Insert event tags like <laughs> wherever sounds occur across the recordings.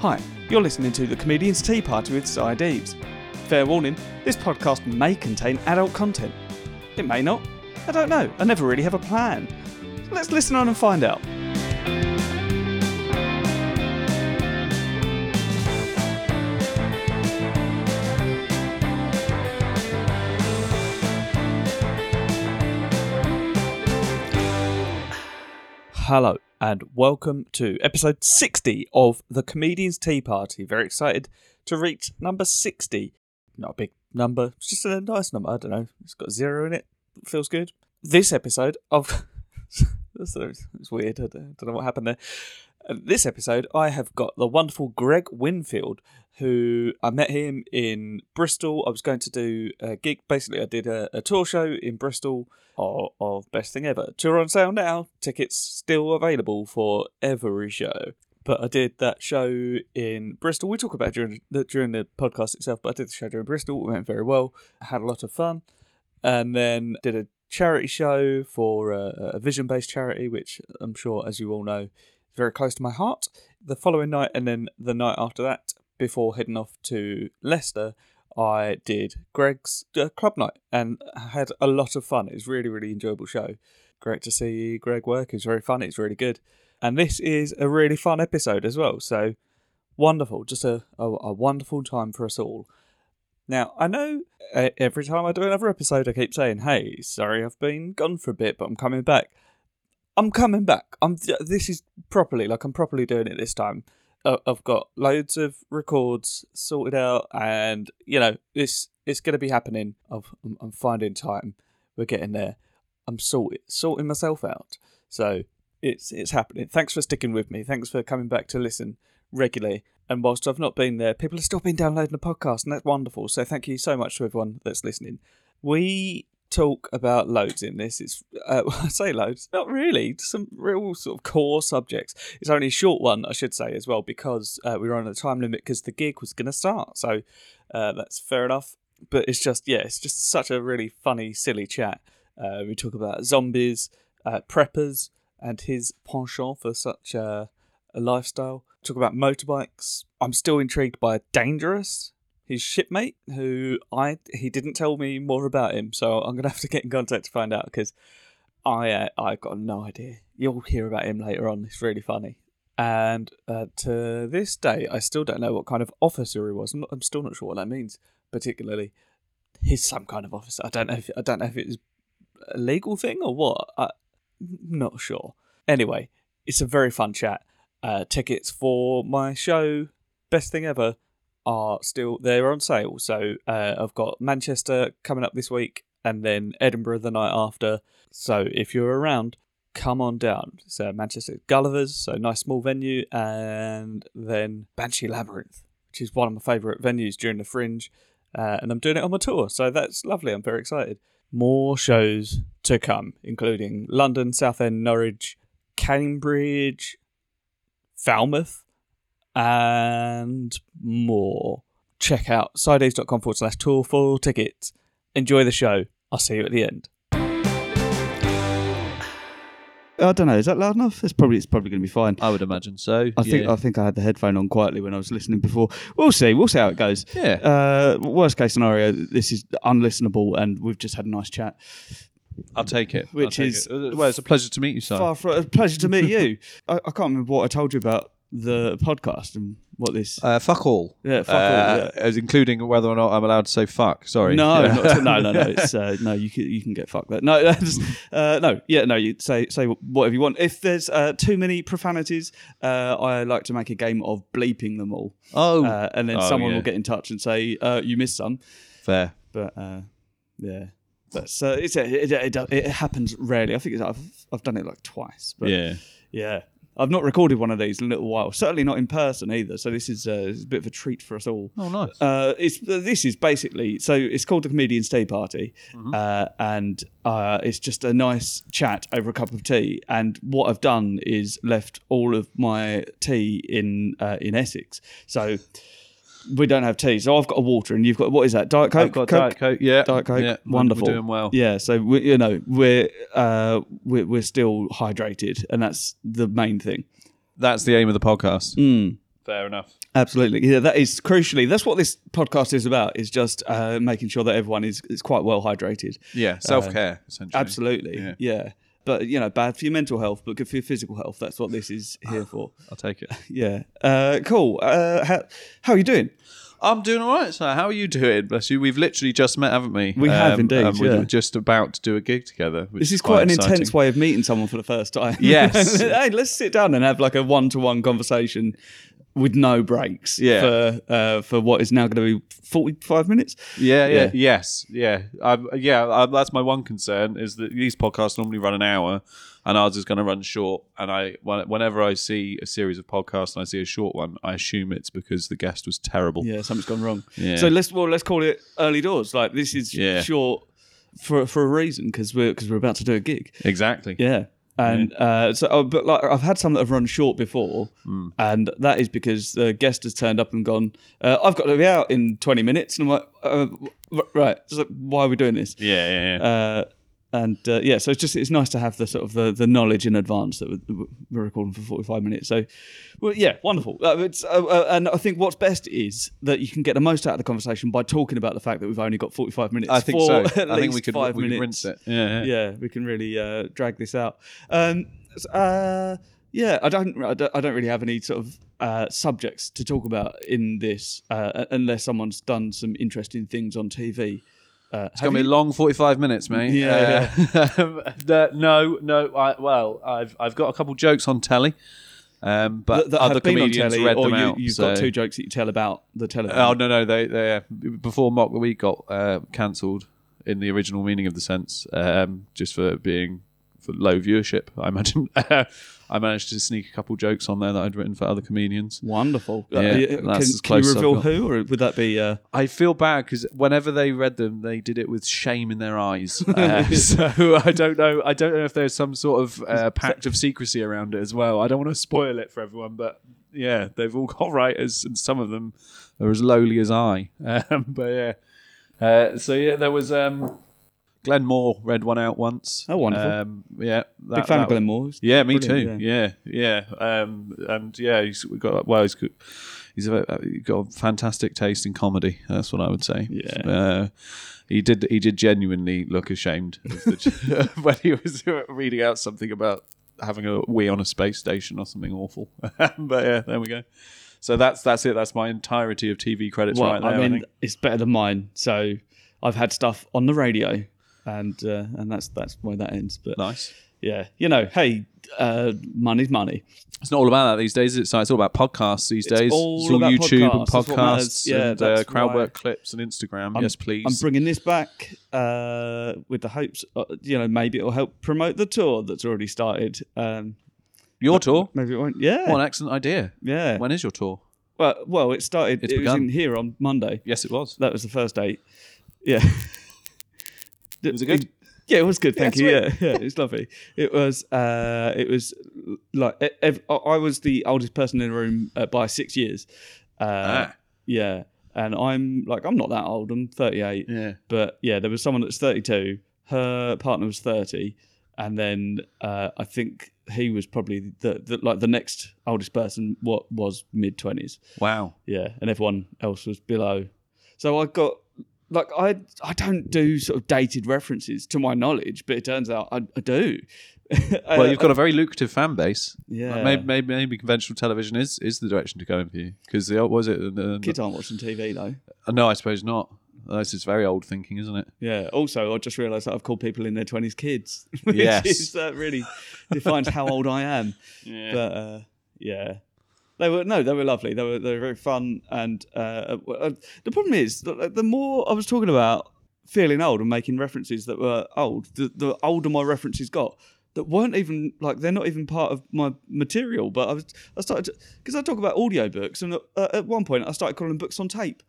Hi, you're listening to The Comedian's Tea Party with Cy Deeves. Fair warning, this podcast may contain adult content. It may not. I don't know. I never really have a plan. So let's listen on and find out. Hello and welcome to episode 60 of the Comedian's Tea Party. Very excited to reach number 60. Not a big number, it's just a nice number. I don't know. It's got zero in it. Feels good. This episode of. <laughs> That's- it's weird. I don't I don't know what happened there. Uh, This episode, I have got the wonderful Greg Winfield, who I met him in Bristol. I was going to do a gig. Basically, I did a, a tour show in Bristol of, of Best Thing Ever. Tour on sale now. Tickets still available for every show. But I did that show in Bristol. We talk about it during the, during the podcast itself, but I did the show during Bristol. It went very well. I had a lot of fun and then did a charity show for a, a vision based charity, which I'm sure, as you all know, is very close to my heart. The following night, and then the night after that, before heading off to Leicester, I did Greg's uh, club night and had a lot of fun. It was really, really enjoyable show. Great to see Greg work. It was very fun. It's really good. And this is a really fun episode as well. So wonderful. Just a, a, a wonderful time for us all. Now, I know uh, every time I do another episode, I keep saying, hey, sorry, I've been gone for a bit, but I'm coming back. I'm coming back. I'm this is properly like I'm properly doing it this time. Uh, I've got loads of records sorted out, and you know this it's going to be happening. I've, I'm, I'm finding time. We're getting there. I'm sorted, sorting myself out. So it's it's happening. Thanks for sticking with me. Thanks for coming back to listen regularly. And whilst I've not been there, people have still been downloading the podcast, and that's wonderful. So thank you so much to everyone that's listening. We talk about loads in this. It's uh, <laughs> I say loads, not really. just Some real sort of core subjects. It's only a short one, I should say, as well, because uh, we were on a time limit because the gig was going to start. So uh, that's fair enough. But it's just yeah, it's just such a really funny, silly chat. Uh, we talk about zombies, uh, preppers, and his penchant for such a, a lifestyle. Talk about motorbikes. I'm still intrigued by Dangerous, his shipmate, who I he didn't tell me more about him, so I'm gonna have to get in contact to find out because I uh, I got no idea. You'll hear about him later on. It's really funny. And uh, to this day, I still don't know what kind of officer he was. I'm, not, I'm still not sure what that means particularly. He's some kind of officer. I don't know. If, I don't know if it was a legal thing or what. I, not sure. Anyway, it's a very fun chat. Uh, tickets for my show, best thing ever, are still they're on sale. So uh, I've got Manchester coming up this week, and then Edinburgh the night after. So if you're around, come on down. So Manchester Gulliver's, so nice small venue, and then Banshee Labyrinth, which is one of my favourite venues during the Fringe, uh, and I'm doing it on my tour. So that's lovely. I'm very excited more shows to come, including London, Southend, Norwich, Cambridge, Falmouth, and more. Check out sidedays.com forward slash tour for tickets. Enjoy the show. I'll see you at the end. I don't know. Is that loud enough? It's probably it's probably going to be fine. I would imagine so. I think yeah. I think I had the headphone on quietly when I was listening before. We'll see. We'll see how it goes. Yeah. Uh, worst case scenario, this is unlistenable, and we've just had a nice chat. I'll take it. I'll Which take is- it. well, it's a pleasure to meet you, sir. Far from a pleasure to meet <laughs> you. I, I can't remember what I told you about the podcast and what this. Uh, fuck all. Yeah, fuck all, Uh, As including whether or not I'm allowed to say fuck. Sorry. no, Yeah. not, no, <laughs> no, no. It's uh, no. You can you can get fucked. That no, <laughs> that's, uh, no. Yeah, no. You say say whatever you want. If there's uh, too many profanities, uh, I like to make a game of bleeping them all. Oh, uh, and then Oh, someone yeah. will get in touch and say uh, you missed some. fair. But uh, yeah, that's uh, it's, it, it, it, it happens rarely. I think it's, I've I've done it like twice. But Yeah. yeah. I've not recorded one of these in a little while. Certainly not in person either. So this is uh, it's a bit of a treat for us all. Oh, nice. Uh, it's this is basically so it's called the comedian's tea party, Mm-hmm. uh, and uh, it's just a nice chat over a cup of tea. And what I've done is left all of my tea in uh, in Essex, so we don't have tea. So I've got a water, and you've got what is that Diet Coke? I've got Diet Coke. Yeah. Diet Coke, Yeah. We're- wonderful. We're doing well. Yeah, so we, you know we're uh, we're we're still hydrated, and that's the main thing. Hmm. That's the aim of the podcast. Fair enough. Absolutely. Yeah, that is crucially. That's what this podcast is about, is just uh, making sure that everyone is, is quite well hydrated. Yeah, self care Uh, essentially. Absolutely. Yeah. Yeah. But, you know, bad for your mental health, but good for your physical health. That's what this is Ah. here for. I'll take it. Yeah. Uh, cool. Uh, how, how are you doing? <laughs> I'm doing all right, sir. How are you doing? Bless you. We've literally just met, haven't we? Um, We have indeed, and we yeah. were just about to do a gig together. which This is quite, an exciting. intense way of meeting someone for the first time. <laughs> Yes. hey, let's sit down and have like a one to one conversation with no breaks Yeah. for, uh, for what is now going to be 45 minutes. Yeah, yeah, Yeah. yes, yeah, um, yeah. Um, that's my one concern is that these podcasts normally run an hour, and ours is going to run short. And I, when- whenever I see a series of podcasts and I see a short one, I assume it's because the guest was terrible. Yeah, something's gone wrong. Yeah. So let's well let's call it early doors. Like this is Yeah. short for for a reason because we're because we're about to do a gig. Exactly. Yeah. And uh, so, oh, but like I've had some that have run short before, Hmm. and that is because the guest has turned up and gone. Uh, I've got to be out in twenty minutes, and I'm like, uh, r- right. So why are we doing this? yeah, yeah. yeah. Uh, and uh, yeah, so it's just it's nice to have the sort of the, the knowledge in advance that we're, we're recording for forty five minutes. So, well, yeah, wonderful. Uh, it's, uh, uh, and I think what's best is that you can get the most out of the conversation by talking about the fact that we've only got forty five minutes. I think <laughs> for so. At I think least we could five we could minutes. rinse it. Yeah, yeah. Yeah, we can really uh, drag this out. Um, s- uh, yeah, I don't, I don't, I don't really have any sort of uh, subjects to talk about in this, uh, u- unless someone's done some interesting things on TV. Uh, It's gonna be a long forty-five minutes, mate. Yeah, <laughs> Uh, no, no. I, well, I've I've got a couple jokes on telly, um, but Uh, that, that other have been on comedians telly, read or them you, out. you've so- got two jokes that you tell about the television. Oh no, no, they they before Mock the Week got uh, cancelled in the original meaning of the sense, um, just for being for low viewership. I imagine <laughs> I managed to sneak a couple jokes on there that I'd written for other comedians. Wonderful. Uh, Yeah, y- that's can, as can close you as I've reveal got. who, or would that be? Uh, I feel bad because whenever they read them, they did it with shame in <laughs> their eyes. Uh, so I don't know. I don't know if there's some sort of uh, pact of secrecy around it as well. I don't want to spoil it for everyone, but yeah, they've all got <laughs> writers, and some of them are as lowly as I. Um, but yeah, uh, so yeah, there was. Um, Glenn Moore read one out once. Oh, wonderful. Um, yeah, that, big fan that- of Glenn Moore. yeah, me Brilliant, too. Yeah, yeah, Um, and yeah, he's we got well. He's got, he's a, uh, he's got a fantastic taste in comedy. That's what I would say. Yeah. Uh, he did. He did genuinely look ashamed of <laughs> the, <laughs> when he was reading out something about having a wee on a space station or something awful. <laughs> but yeah, there we go. So that's that's it. That's my entirety of TV credits Well, right there. I I mean, think. it's better than mine. So I've had stuff on the radio, and uh, and that's that's where that ends. But nice. yeah, you know, hey, uh, money's money. It's not all about that these days. It's, it's all about podcasts these days. all it's all about podcasts, YouTube that's and what matters. podcasts Yeah, and uh, that's crowd why- work clips and Instagram. yes, please. I'm bringing this back uh, with the hopes, uh, you know, maybe it'll help promote the tour that's already started. Um, Your tour? maybe it won't. Yeah, What an excellent idea. yeah. When is your tour? Well, well, it started. It's it begun. was in here on Monday. Yes, it was. That was the first date. Yeah. <laughs> Was it good? Yeah, it was good. Thank you. Yeah, yeah, it was lovely. It was. Uh, it was l- like e- ev- I I was the oldest person in the room uh, by six years. Uh, Ah. Yeah, and I'm like I'm not that old. I'm 38. Yeah. But yeah, there was someone that's 32. Her partner was 30, and then uh, I think he was probably the, the like the next oldest person. What was mid 20s. Wow. Yeah, and everyone else was below. So I got like I I don't do sort of dated references to my knowledge, but it turns out I, I do. <laughs> Well, you've got a very lucrative fan base. Yeah. Like, Maybe, maybe, maybe conventional television is, is the direction to go in for you. Because what was it? Uh, kids aren't watching TV though. no, I suppose not. That's just very old thinking, <laughs> isn't it? Yeah. Also, I just realised that I've called people in their twenties kids, <laughs> which Yes. is, uh, really defines how old I am. Yeah. But uh, yeah, they were no, they were lovely. They were they were very fun. And uh, uh, the problem is, the, the more I was talking about feeling old and making references that were old, the, the older my references got. That weren't even like they're not even part of my material. But I was I started because I talk about audiobooks, and uh, at one point I started calling books on tape.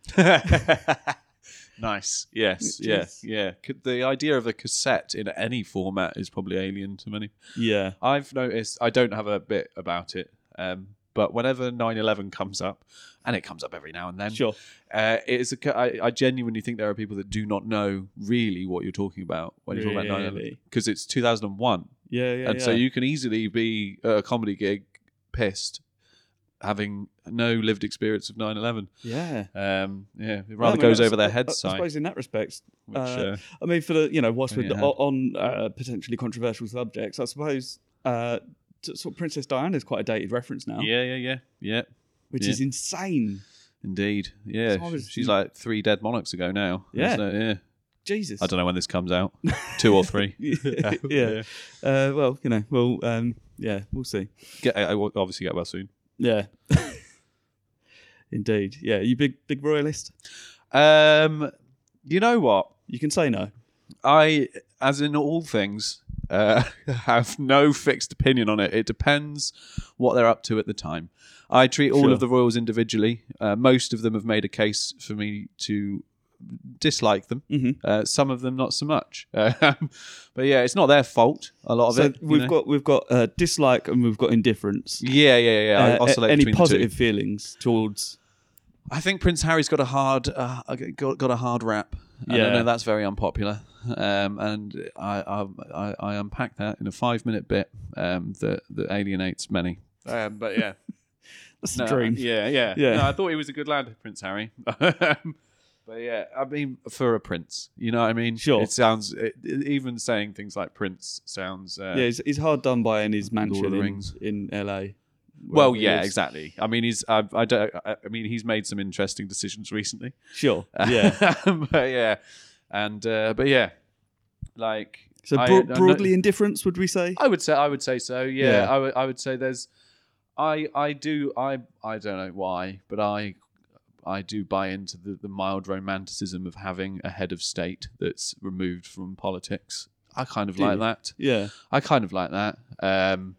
nice. Yes. Which yeah. is- Yeah. C- The idea of a cassette in any format is probably alien to many. Yeah. I've noticed I don't have a bit about it, um, but whenever 9/11 comes up, and it comes up every now and then, Sure. uh, it is a ca- I I genuinely think there are people that do not know really what you're talking about when you talk about 9/11 Really? because it's 2001, Yeah. Yeah. and so yeah. you can easily be at a comedy gig pissed having no lived experience of 9/11. Yeah. Um, yeah, it Yeah, I rather mean, goes that's- over their I- heads. Oh, I, Si, suppose in that respect, which, uh, uh, I mean, for the you know, whilst Bring we're it o- on uh, potentially controversial subjects, I suppose uh, t- sort of Princess Diana is quite a dated reference now, yeah, yeah, yeah, yeah. which yeah. is insane. Indeed. Yeah. So I was- She's like three dead monarchs ago now. Yeah. isn't it? Yeah. Jesus. <laughs> I don't know when this comes out. Two or three. <laughs> yeah. yeah. Uh, well, you know, well, um, yeah, we'll see. Get, I will obviously get well soon. Yeah. <laughs> Indeed. Yeah. You big big royalist. Um, you know what? You can say no. I, as in all things, uh, <laughs> have no fixed opinion on it. It depends what they're up to at the time. I treat all Sure. of the royals individually. Uh, most of them have made a case for me to dislike them. Mhm. Uh, some of them not so much. <laughs> Um, but yeah, it's not their fault. A lot of So it. you we've know? got we've got uh, dislike and we've got indifference. Yeah, yeah, yeah. I Uh, oscillate any between the two. positive feelings towards I think Prince Harry's got a hard uh, got, got a hard rap. And Yeah. I know that's very unpopular, um, and I, I I I unpack that in a five minute bit um, that that alienates many. Um, <laughs> but yeah, that's the dream. Yeah, yeah, Yeah. No, I thought he was a good lad, Prince Harry. <laughs> Um, but yeah, I mean, for a prince, you know what I mean? Sure. It sounds it, even saying things like prince sounds. Uh, Yeah, he's, he's hard done by in his of mansion the in, Rings. in LA. Well, wherever he yeah, lives. exactly. I mean, he's I, I don't I I mean he's made some interesting decisions recently. <laughs> Sure. Yeah. but yeah, and uh, but yeah, like So I- bro- I know- broadly indifference, would we say? I would say I would say so. Yeah, Yeah. I would I would say there's, I I do I I don't know why, but I I do buy into the, the mild romanticism of having a head of state that's removed from politics. I kind of Do like you? that. Yeah. I kind of like that. Um,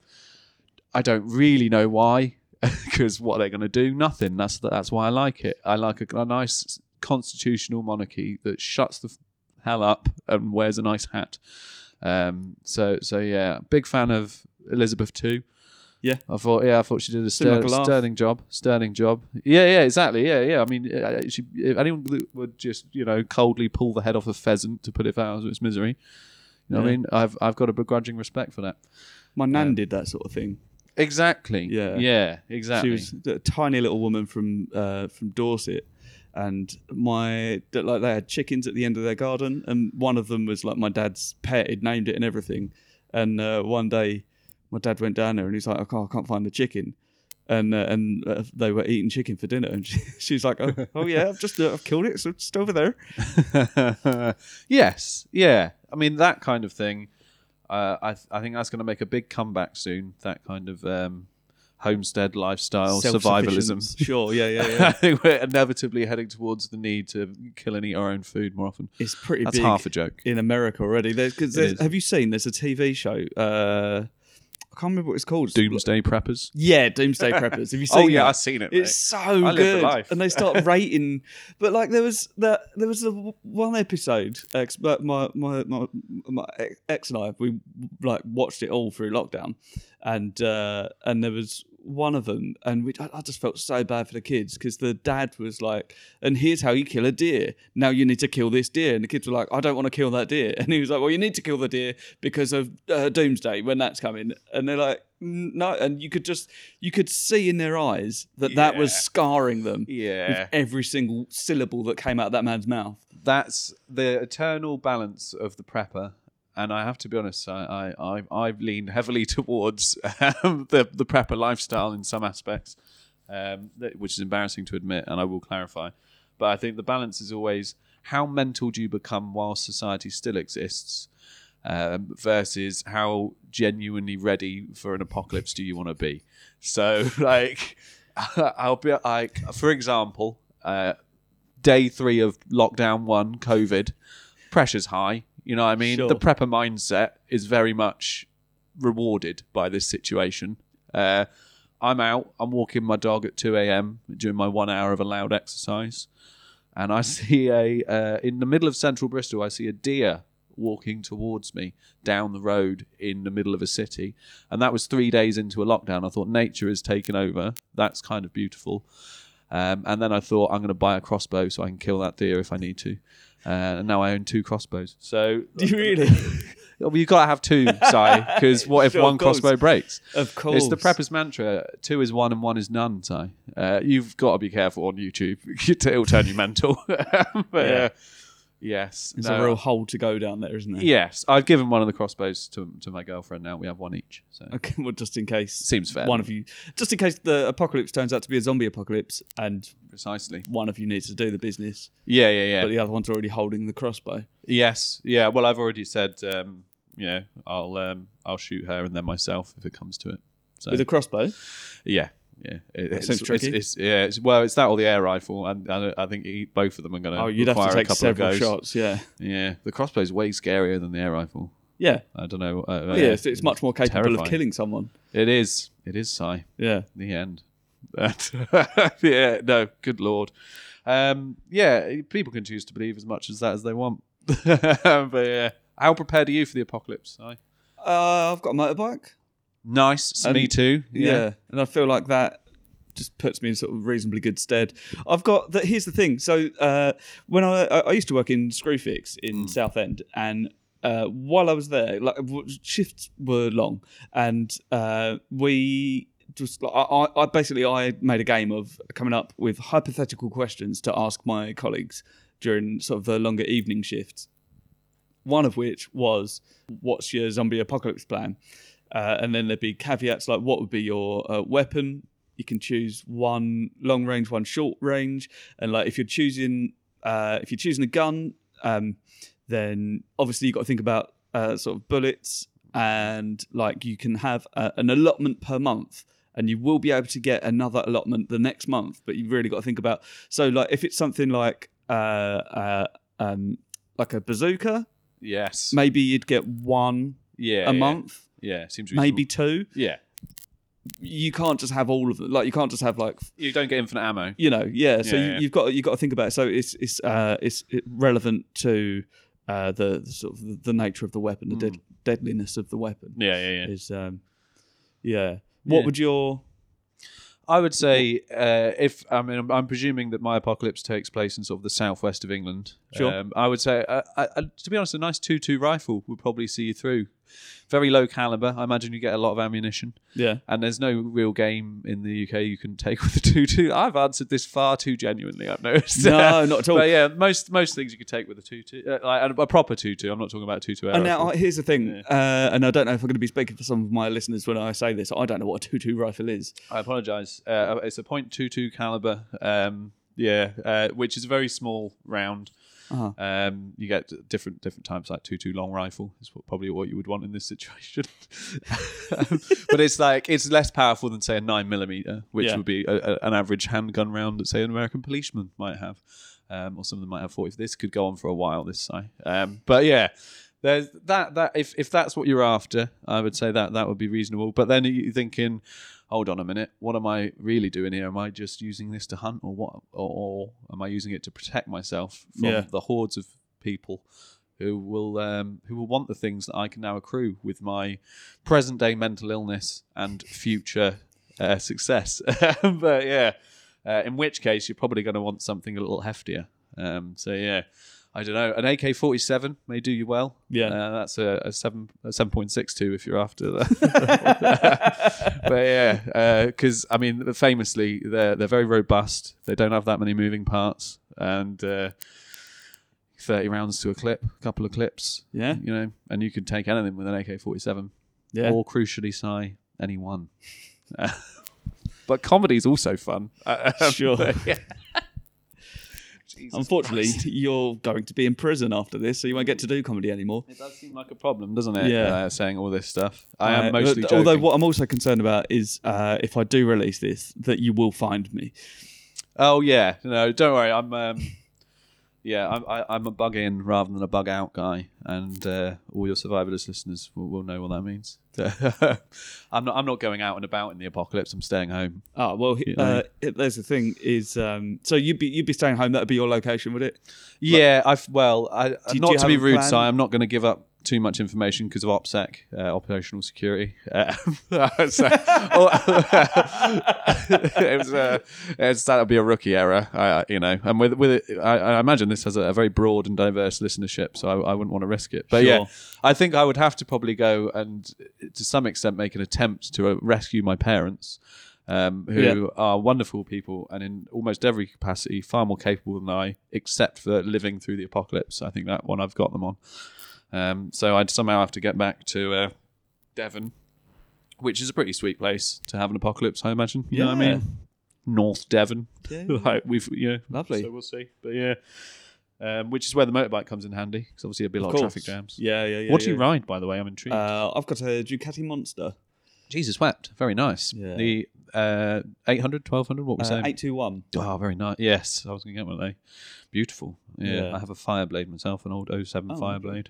I don't really know why, <laughs> because what they're going to do, nothing. That's that's why I like it. I like a, a nice constitutional monarchy that shuts the f- hell up and wears a nice hat. Um, so so yeah, big fan of Elizabeth too. Yeah. I thought yeah, I thought she did a Seemed like ster- a laugh. sterling job. Sterling job. Yeah, yeah, exactly. Yeah, yeah. I mean, uh, she, if anyone would just you know coldly pull the head off a pheasant to put it out of its misery, you know what I Yeah. mean? I've I've got a begrudging respect for that. My nan did that sort of thing. Exactly. Yeah. Yeah. Exactly. She was a tiny little woman from uh, from Dorset, and my that, like they had chickens at the end of their garden, and one of them was like my dad's pet. He'd named it and everything. And uh, one day, my dad went down there and he's like, I can't, I can't find the chicken. And uh, and uh, they were eating chicken for dinner, and <laughs> she, she's like, oh, oh yeah, I've just uh, I've killed it, so it's just over there. <laughs> yes. Yeah. I mean that kind of thing. Uh, I th- I think that's going to make a big comeback soon. That kind of um, homestead lifestyle, survivalism. Self-sufficiency. <laughs> Sure, yeah, yeah, <laughs> I yeah. think we're inevitably heading towards the need to kill and eat our own food more often. it's pretty That's big half a joke. in America already. There, cause It there's- is. have you seen? There's a TV show. Uh, I can't remember what it's called. It's Doomsday preppers. Yeah, Doomsday Preppers. Have you seen? Oh yeah, that? I've seen it. it's Mate. so live the good. life. And they start rating, but like there was that there was the w- one episode. Ex, but my my my, my ex- ex and I we like watched it all through lockdown, and uh, and there was one of them, and we I I just felt so bad for the kids because the dad was like, "And here's how you kill a deer. Now you need to kill this deer," and the kids were like, "I don't want to kill that deer," <laughs> and he was like, "Well, you need to kill the deer because of uh, Doomsday when that's coming," and they're like. "Mm, No, and you could just you could see in their eyes that that was Yeah. scarring them Yeah. with every single syllable that came out of that man's mouth. that's the eternal balance of the prepper. And I have to be honest, I, I, I I've leaned heavily <laughs> towards um, the the prepper lifestyle in some aspects, um, that, which is embarrassing to admit, and I will clarify. But I think the balance is always how mental do you become while society still exists, um, versus how genuinely ready for an apocalypse do you want to be. So, <laughs> like, I'll be like, for example, uh, day three of lockdown one, COVID, pressure's high. You know what I mean? Sure. The prepper mindset is very much rewarded by this situation. Uh, I'm out, I'm walking my dog at 2 a.m. doing my one hour of allowed exercise. And I <laughs> see a, uh, in the middle of central Bristol, I see a deer walking towards me down the road in the middle of a city. And that was three days into a lockdown. I thought nature has taken over. That's kind of beautiful. Um, and then I thought I'm going to buy a <laughs> crossbow so I can kill that deer if I need to. Uh, and now I own two crossbows. So Do you really? You've got to have two, Si, <laughs> because what if Sure, one of course. crossbow breaks? Of course. It's the prepper's mantra: two is one and one is none. Si, uh, you've got to be careful on YouTube; <laughs> it'll turn you mental. <laughs> but yeah. Yeah. yes, There's no, a real hole to go down there, isn't there? Yes, I've given one of the crossbows to to my girlfriend. Now we have one each. So <laughs> Okay, well, just in case. Seems fair. One of you, just in case the apocalypse turns out to be a zombie apocalypse, and precisely. one of you needs to do the business, Yeah, yeah, yeah. but the other one's already holding the crossbow. Yes, yeah. Well, I've already said, um, you know, I'll um, I'll shoot her and then myself if it comes to it. So With a crossbow, yeah, yeah. It, it's, seems it's, tricky. it's- yeah, it's, well, it's that or the air rifle, and, and I think e- both of them are going to. oh, you'd have to a take couple several of goes. shots. Yeah, Yeah, the crossbow's way scarier than the air rifle. yeah, I don't know. Uh, yeah. it's, it's much more capable terrifying. of killing someone. It is. It is. Sigh. Yeah, the end. <laughs> That- yeah, no, good lord. Um, yeah, people can choose to believe as much as that as they want. <laughs> but yeah, how prepared are you for the apocalypse? Si? uh, I've got a motorbike. Nice, Um, me too. Yeah. and I feel like that just puts me in sort of reasonably good stead. I've got that. Here's the thing. So uh, when I I I used to work in Screwfix in Southend, and uh, while I was there, like w- shifts were long, and uh, we. Just like, I, I- I basically I made a game of coming up with hypothetical questions to ask my colleagues during sort of the longer evening shifts. One of which was, "What's your zombie apocalypse plan?" Uh, and then there'd be caveats like what would be your uh, weapon? You can choose one long range, one short range, and like if you're choosing uh, if you're choosing a gun, um, then obviously you've got to think about uh, sort of bullets, and like you can have uh an allotment per month. And you will be able to get another allotment the next month, but you've really got to think about. So, like, if it's something like uh, uh, um, like a bazooka, Yes. maybe you'd get one yeah. yeah. a month, Yeah. Seems reasonable. maybe two Yeah. you can't just have all of them. Like you can't just have like You don't get infinite ammo. you know yeah. So Yeah, you, yeah. you've got you've got to think about it. So it's it's uh it's it relevant to uh the, the sort of the nature of the weapon, the dead, deadliness of the weapon Yeah, Hmm. yeah, yeah. is um yeah. What Yeah. would your I would say uh, if I mean I'm, I'm presuming that my apocalypse takes place in sort of the southwest of England. Sure. Um, I would say, uh, I, I, to be honest, a nice two-two rifle would probably see you through. Very low caliber. I imagine you get a lot of ammunition. yeah And there's no real game in the UK you can take with a two-two. I've answered this far too genuinely. I've noticed. <laughs> no not at all. But yeah, most most things you could take with a two-two, uh, like a, a proper two-two. I'm not talking about a two-two. And now here's the thing, uh, and I don't know if I'm going to be speaking for some of my listeners when I say this. I don't know what a two-two rifle is. I apologise. Uh, it's a .22 caliber. Um, yeah, uh, which is a very small round. Uh-huh. Um, you get different different types, like 22 long rifle is what, probably what you would want in this situation. <laughs> but it's like it's less powerful than say a nine millimeter, which Yeah. would be a, a- an average handgun round that say an American policeman might have, um, or some of them might have 40. This could go on for a while. This side, um, but yeah. There's that that if, if that's what you're after, I would say that that would be reasonable. But then you're thinking, hold on a minute, what am I really doing here? Am I just using this to hunt, or what, or, or am I using it to protect myself from Yeah. the hordes of people who will um, who will want the things that I can now accrue with my present day mental illness and future uh, success. <laughs> but yeah, uh, in which case you're probably going to want something a little heftier. Um, so yeah, I don't know. An AK-47 may do you well. Yeah. uh, that's a, a seven a seven point six two if you're after that. but yeah, because I mean, famously they're they're very robust. They don't have that many moving parts and. Uh, 30 rounds to a clip, a couple of clips, <laughs> Yeah, you know, and you could take anything with an AK 47 yeah. or crucially, sigh, any one. <laughs> but comedy's also fun. Uh, um, Sure. but <laughs> yeah. Jesus Unfortunately, Christ. you're going to be in prison after this, so you won't get to do comedy anymore. It does seem like a problem, doesn't it? Yeah. Uh, saying all this stuff. I am Uh, mostly but- joking. Although what I'm also concerned about is uh, if I do release this, that you will find me. Oh yeah, no, don't worry. I'm um, yeah, I'm I, I'm a bug in rather than a bug out guy, and uh, all your survivalist listeners will, will know what that means. <laughs> I'm not I'm not going out and about in the apocalypse. I'm staying home. Ah, well, he- Yeah. uh, it- there's the thing is, um, so you'd be you'd be staying home. That'd be your location, would it? Yeah, I've well, I Do- do not you to be have a rude, plan? Si, I'm not going to give up too much information because of OPSEC, uh, operational security. Uh, <laughs> so- oh, <laughs> it was, uh, it's, that'll be a rookie error, uh, you know. And with with it, I, I imagine this has a, a very broad and diverse listenership, so I, I wouldn't want to risk it. But yeah, Sure. I think I would have to probably go and, to some extent, make an attempt to uh, rescue my parents. Um, who Yeah. are wonderful people and in almost every capacity far more capable than I, except for living through the apocalypse. I think that one I've got them on. Um, so I'd somehow have to get back to uh, Devon, which is a pretty sweet place to have an apocalypse, I imagine. You know what I Yeah. mean? North Devon. <laughs> like we've you know Lovely. So we'll see. But yeah. Um, which is where the motorbike comes in handy because obviously there'll be a lot of, traffic jams. Yeah, yeah, yeah. what do yeah. you ride, by the way? I'm intrigued. Uh, I've got a Ducati Monster. Jesus wept. Very nice. Yeah. The uh, 800, 1200, what was Uh, that? 821. Oh, very nice. Yes, I was going to get one of they. Beautiful. Yeah, Yeah. I have a Fireblade myself, an old 07 Oh, Fireblade.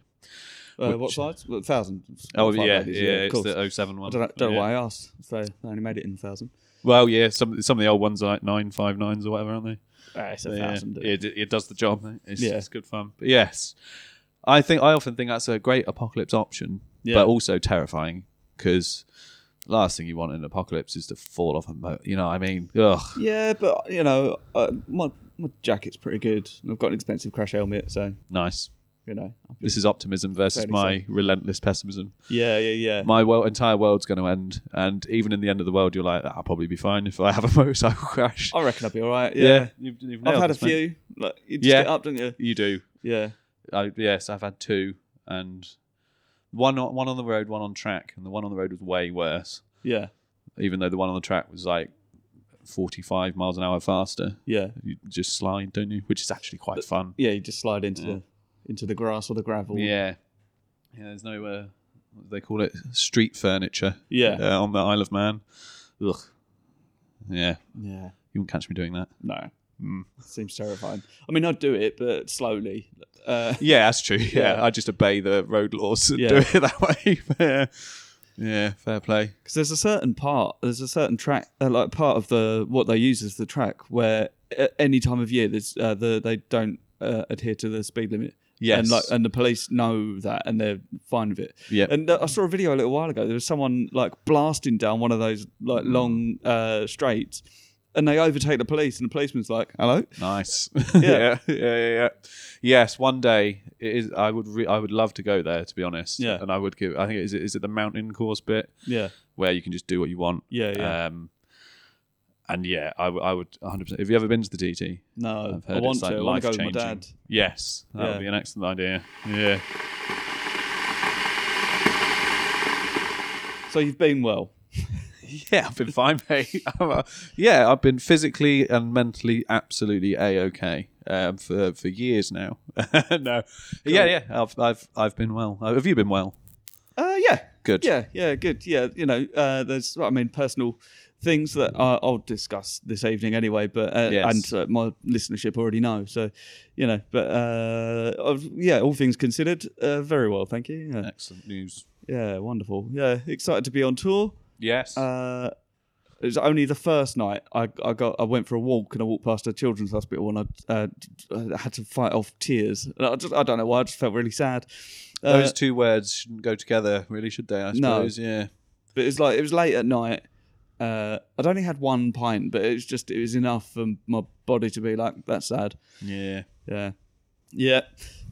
Uh, Which- what size? Well, 1,000. Oh, Five yeah, yeah, ladies, of it's course. the 07 one. I don't, know, don't Yeah. know why I asked. So I only made it in 1,000. Well, yeah, some some of the old ones are like 959s or whatever, aren't they? Uh, it's a Yeah, thousand. It, it does the job. mate. It's, Yeah. it's good fun. But yes, I think I often think that's a great apocalypse option, Yeah. but also terrifying because last thing you want in an apocalypse is to fall off a moat. You know, what I mean, ugh. Yeah, but you know, uh, my my jacket's pretty good. and I've got an expensive crash helmet, so Nice. you know. This is optimism versus Fairly my relentless pessimism. Yeah, yeah, yeah. My world, entire world's going to end, and even in the end of the world, you're like, I'll probably be fine if I have a <laughs> motorcycle crash. I reckon I'll be all right. Yeah, Oh, Yeah, You've, you've I've nailed had a this, mate. few. Like, you just Yeah. get up, don't you? You do. Yeah, I, yes, I've had two, and one on, one on the road, one on track, and the one on the road was way worse. yeah, Even though the one on the track was like forty-five miles an hour faster, yeah, you just slide, don't you? Which is actually quite fun. yeah. You just slide into Yeah. the into the grass or the gravel. Yeah, yeah. There's no uh, what do they call it street furniture. Yeah. uh, on the Isle of Man. Ugh. Yeah, yeah. you wouldn't catch me doing that. No, Mm. seems terrifying. I mean, I'd do it, but slowly. Uh, Yeah, that's true. Yeah, Yeah. I just obey the road laws and Yeah. do it <laughs> that way. yeah. yeah, fair play. Because there's a certain part, there's a certain track, uh, like part of the what they use as the track, where at any time of year, there's uh, the they don't uh, adhere to the speed limit. Yes. and like and the police know that, and they're fine with it. Yep. and uh, I saw a video a little while ago. There was someone like blasting down one of those like Mm. long uh, straights, and they overtake the police, and the policeman's like, "Hello." Nice. <laughs> yeah. yeah, yeah, yeah. Yes, one day it is. I would. Re- I would love to go there, to be honest. Yeah. and I would give. I think it is it is it the mountain course bit Yeah, where you can just do what you want. yeah, yeah. Um, and yeah, I, w- I would 100. percent Have you ever been to the DT? no, I've heard I want it's like to. I want to go with my life-changing. dad. Yes, that Yeah. would be an excellent idea. Yeah. So you've been well. <laughs> Yeah, I've been fine, mate. <laughs> I'm, uh, yeah, I've been physically and mentally absolutely a okay um, for for years now. <laughs> no, yeah, yeah, I've I've I've been well. Uh, Have you been well? Uh, yeah, Good. Yeah, yeah, good. Yeah, you know, uh, there's, I mean, personal things that I, I'll discuss this evening anyway, but uh, Yes. and uh, my listenership already know. So, you know, but uh, of- yeah, all things considered, uh, very well, thank you. Yeah. Excellent news. yeah, wonderful. Yeah, excited to be on tour. Yes. Uh, it was only the first night I, I got I went for a walk and I walked past a children's hospital and I, uh, I had to fight off tears. And I, just, I don't know why I just felt really sad. Uh, Those two words shouldn't go together, really, should they? I No. suppose. Yeah. But it was like it was late at night. Uh, I'd only had one pint, but it was just it was enough for my body to be like, "That's sad." Yeah. Yeah, yeah,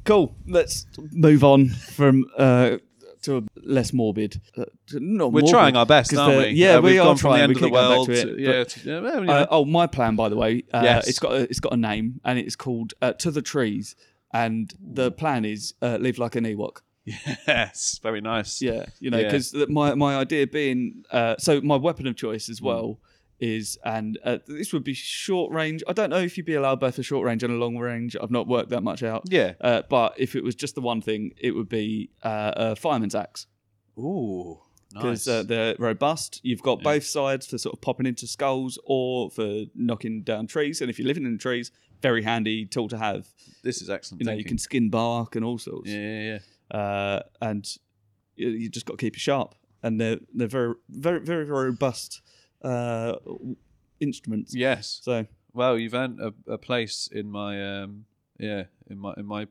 cool. Let's move on from uh, to a less morbid. Uh, not We're morbid, trying our best, 'cause aren't the- we? Yeah, Uh, we we've are gone from trying. the end we of the keep going back world. to it, to- but- yeah. to- yeah, well, you uh, know. oh, my plan, by the way. Uh, Yes. It's got a, it's got a name, and it's called uh, To the Trees. And the plan is uh, live like an Ewok. <laughs> yes. Very nice. Yeah, you know, Yeah. because my my idea being uh, so my weapon of choice Hmm. as well is and uh, this would be short range. I don't know if you'd be allowed both a short range and a long range. I've not worked that much out. Yeah. Uh, but if it was just the one thing, it would be uh, a fireman's axe Ooh. because Nice. uh, they're robust. You've got both sides for sort of popping into skulls or for knocking down trees. And if you're living in trees, very handy tool to have. this is excellent. You know, you thinking. can skin bark and all sorts Yeah, yeah, yeah. uh, and you, you just got to keep it sharp. And they're they're very very very very robust uh, instruments. Yes. So Well, you've earned a, a place in my um yeah in my in my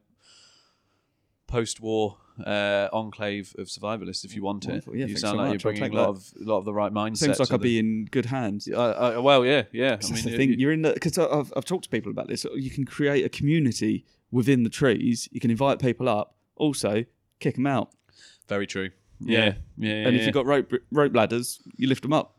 post-war uh, enclave of survivalists if you want it. Wonderful. Yeah, you thanks sound so like much. you're I'll take bringing a lot that. of lot of the right mindset. Seems like to I'd the- be in good hands. I- I- well, yeah, yeah. I That's the mean, thing. you- You're in the because I've, I've talked to people about this. You can create a community within the trees. You can invite people up. Also, kick them out. very true. Yeah, Yeah. yeah. yeah, And if yeah. you've got rope rope ladders, you lift them up.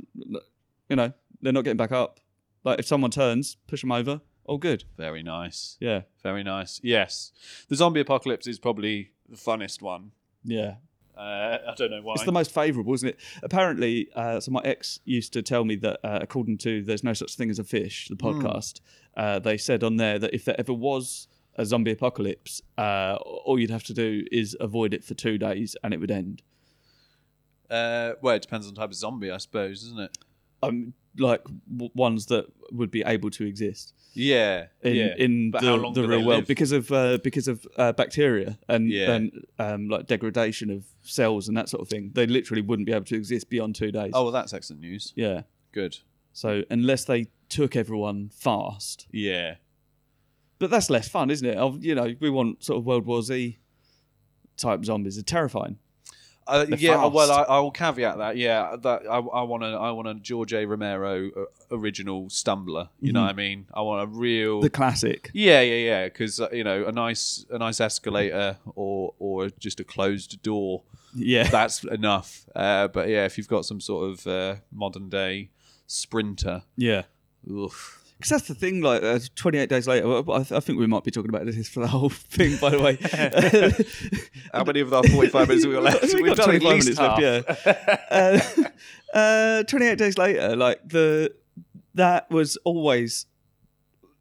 You know they're not getting back up. Like if someone turns, push them over. All good. very nice, Yeah. very nice. Yes, the zombie apocalypse is probably the funnest one. Yeah. Uh, I don't know why. It's the most favourable, isn't it? Apparently, uh, so my ex used to tell me that, uh, according to "There's No Such Thing as a Fish," Hmm. the podcast, uh, they said on there that if there ever was a zombie apocalypse, uh, all you'd have to do is avoid it for two days, and it would end. uh, well, it depends on the type of zombie, I suppose, doesn't it? Um, like w- ones that would be able to exist Yeah, in, yeah. in But how the, long the do real they world live? because of uh, because of uh, bacteria and, Yeah. and um, like degradation of cells and that sort of thing. They literally wouldn't be able to exist beyond two days. oh, well, that's excellent news. yeah. Good. So unless they took everyone fast, Yeah. but that's less fun, isn't it? Of- You know, we want sort of World War Z type zombies. They're terrifying. Uh, yeah, fast. well, I, I will caveat that. Yeah, that I, I want to, I want a George A. Romero uh, original stumbler. You know what I mean? I want a real. The classic. yeah, yeah, yeah. Because uh, you know, a nice, a nice escalator or or just a closed door. <laughs> Yeah. That's enough. Uh, but yeah, if you've got some sort of uh, modern day sprinter, yeah. oof. Because that's the thing. Like uh, 28 days later, well, I, th- I think we might be talking about this for the whole thing. By the way, <laughs> How many of our forty-five minutes <laughs> we got left? We've got 25 minutes left. Yeah. <laughs> uh, uh, 28 days later, like the that was always,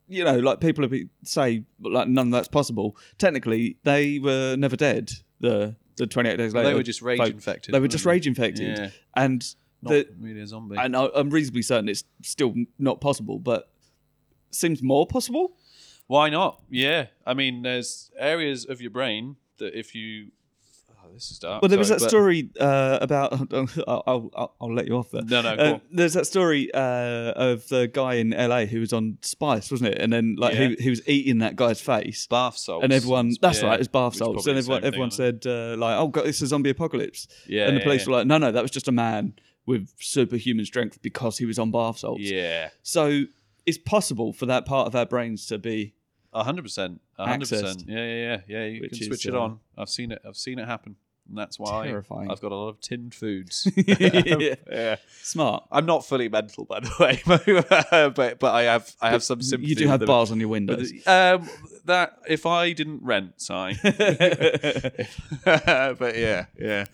you know, like people have been, say like none of that's possible. Technically, they were never dead. The the 28 days later, They were just rage folk. infected. They were just weren't rage infected, Yeah. and Not the, really a zombie. and I, I'm reasonably certain it's still not possible, but seems more possible. Why not? Yeah. I mean, there's areas of your brain that if you. Oh, this is dark. Well, there was sorry, that but- story uh, about. <laughs> I'll, I'll, I'll, I'll let you off there. No, no, go Uh, on. there's that story uh, of the guy in LA who was on Spice, wasn't it? And then like Yeah. he, he was eating that guy's face, Bath salts. and everyone that's Yeah. right, it's bath Which is salts, probably and the same everyone thing, everyone isn't it? said uh, like, "Oh God, it's a zombie apocalypse," Yeah, and the police yeah. were like, "No, no, that was just a man with superhuman strength because he was on bath salts." Yeah. So it's possible for that part of our brains to be. A hundred percent. A hundred percent. Accessed. Yeah, yeah, yeah. Yeah, you Which can is, switch it uh, on. I've seen it. I've seen it happen. And that's why Terrifying. I've got a lot of tinned foods. <laughs> Yeah. <laughs> yeah. Smart. I'm not fully mental, by the way, <laughs> but but I have I have some sympathy. You do have with bars on your them. windows. Um, that if I didn't rent, <laughs> Si. but yeah, yeah.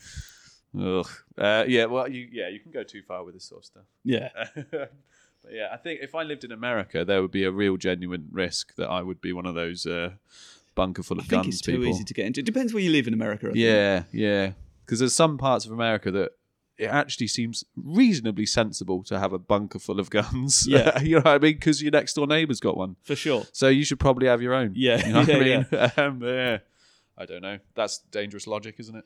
Ugh. Uh, yeah, well, you yeah, you can go too far with this sort of stuff. <laughs> yeah. but yeah, I think if I lived in America, there would be a real genuine risk that I would be one of those uh, bunker full of I think guns it's too people. easy to get into. It depends where you live in America. I think. yeah, yeah. Because there's some parts of America that it actually seems reasonably sensible to have a bunker full of guns. Yeah. <laughs> you know what I mean? Because your next door neighbour's got one. for sure. So you should probably have your own. Yeah, You know what I <laughs> yeah, mean? <laughs> Um, yeah. I don't know. That's dangerous logic, isn't it?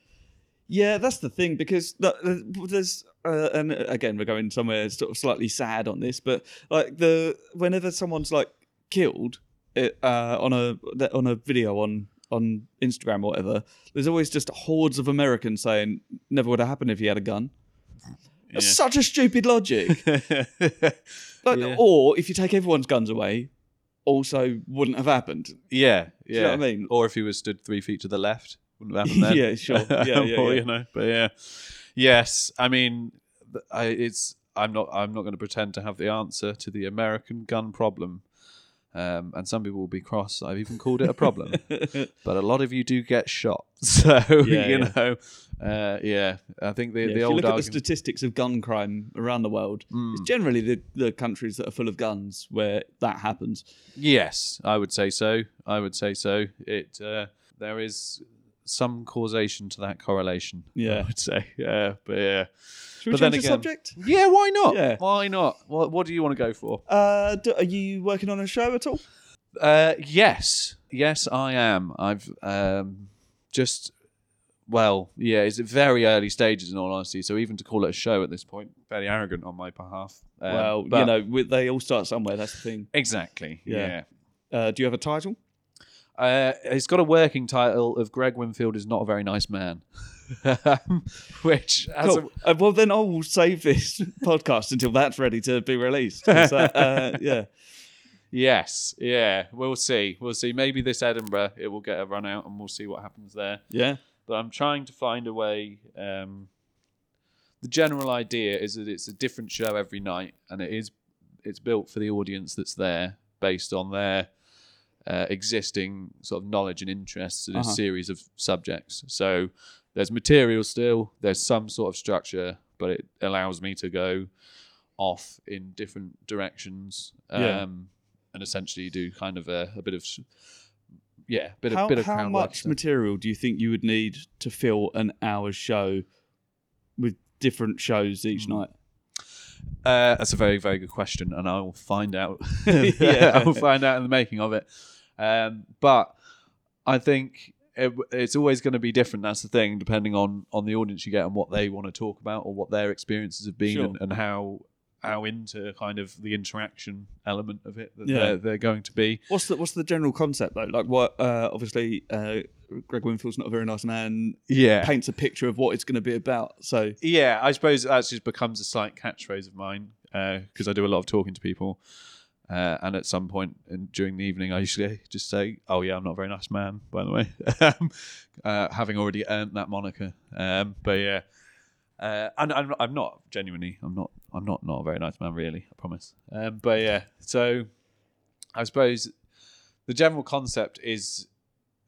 Yeah, that's the thing because th- th- there's uh, and again we're going somewhere sort of slightly sad on this, but like the whenever someone's like killed it, uh, on a th- on a video on on Instagram or whatever, there's always just hordes of Americans saying never would have happened if he had a gun. That's such a stupid logic. <laughs> Like, Yeah. Or if you take everyone's guns away, also wouldn't have happened. <laughs> <laughs> Yeah, yeah. you know what I mean? Or if he was stood three feet to the left, wouldn't have happened <laughs> then. Yeah, sure. Yeah, <laughs> yeah, Or, yeah. you know, but yeah, yes. I mean, th- I, it's. I'm not. I'm not going to pretend to have the answer to the American gun problem. Um, and some people will be cross. I've even called it a problem, <laughs> but a lot of you do get shot. <laughs> So Yeah, you yeah. know, uh, yeah. I think the Yeah, the if you old look at the argument. statistics of gun crime around the world, it's generally the, the countries that are full of guns where that happens. Yes, I would say so. I would say so. It uh, there is some causation to that correlation. I Yeah. would say. Yeah, but yeah, Should we change But then the again- subject? yeah. Why not? Yeah. Why not? What What do you want to go for? Uh, do, are you working on a show at all? Uh, yes, yes, I am. I've um, just well, yeah. It's at very early stages, in all honesty. So even to call it a show at this point, fairly arrogant on my behalf. Um, well, you but- know, we, they all start somewhere. That's the thing. exactly. Yeah. yeah. Uh, do you have a title? Uh, it's got a working title of Greg Winfield is not a very nice man, <laughs> Um, which as a, Cool. Uh, well, then I will save this <laughs> podcast until that's ready to be <laughs> released. 'Cause that, uh, yeah, <laughs> yes, yeah, we'll see, we'll see. Maybe this Edinburgh it will get a run out, and we'll see what happens there. yeah. but I'm trying to find a way. Um, the general idea is that it's a different show every night, and it is it's built for the audience that's there based on their uh, existing sort of knowledge and interests in Uh-huh. a series of subjects. So there's material still, there's some sort of structure, but it allows me to go off in different directions um, Yeah. and essentially do kind of a, a bit of s- yeah, bit how of bit of how groundwork much stuff. material do you think you would need to fill an hour's show with different shows each night? Uh, that's a very, very good question, and I will <laughs> find out. <laughs> Yeah. I will find out in the making of it. Um, but I think it, it's always going to be different. That's the thing, depending on on the audience you get and what they want to talk about or what their experiences have been Sure. and, and how how into kind of the interaction element of it that Yeah. they're, they're going to be. What's the what's the general concept though? Like what? Uh, obviously, uh, Greg Winfield's not a very nice man. Yeah. Paints a picture of what it's going to be about. So yeah, I suppose that just becomes a slight catchphrase of mine because I do a lot of talking to people. Uh, and at some point in, during the evening, I usually <laughs> just say, "Oh yeah, I'm not a very nice man." By the way, <laughs> um, uh, having already earned that moniker, um, but yeah, uh, and I'm, I'm not genuinely, I'm not, I'm not not a very nice man, really. I promise. Um, but yeah, so I suppose the general concept is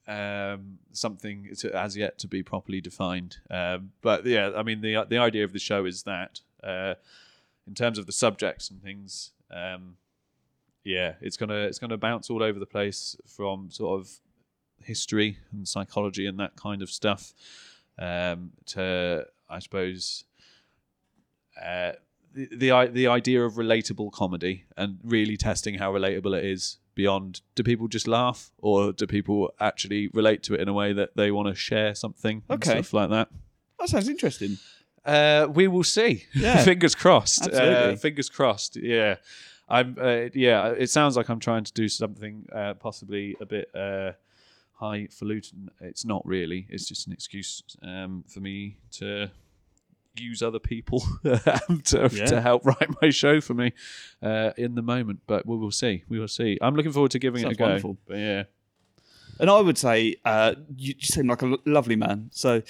um, something to, as yet to be properly defined. Um, but yeah, I mean the the idea of the show is that uh, in terms of the subjects and things, um, yeah, it's gonna it's gonna bounce all over the place from sort of history and psychology and that kind of stuff um, to I suppose. Uh, the, the i- the idea of relatable comedy and really testing how relatable it is beyond do people just laugh or do people actually relate to it in a way that they want to share something and Okay. stuff like that that sounds interesting. uh, we will see. Yeah. <laughs> fingers crossed. Absolutely. Uh, fingers crossed. Yeah, I'm. Uh, yeah, it sounds like I'm trying to do something uh, possibly a bit uh, highfalutin. It's not really. It's just an excuse um, for me to use other people <laughs> um, to, Yeah. to help write my show for me uh, in the moment. But we will see. We will see. I'm looking forward to giving it Sounds a go. wonderful. But yeah, And I would say uh, you, you seem like a lo- lovely man. So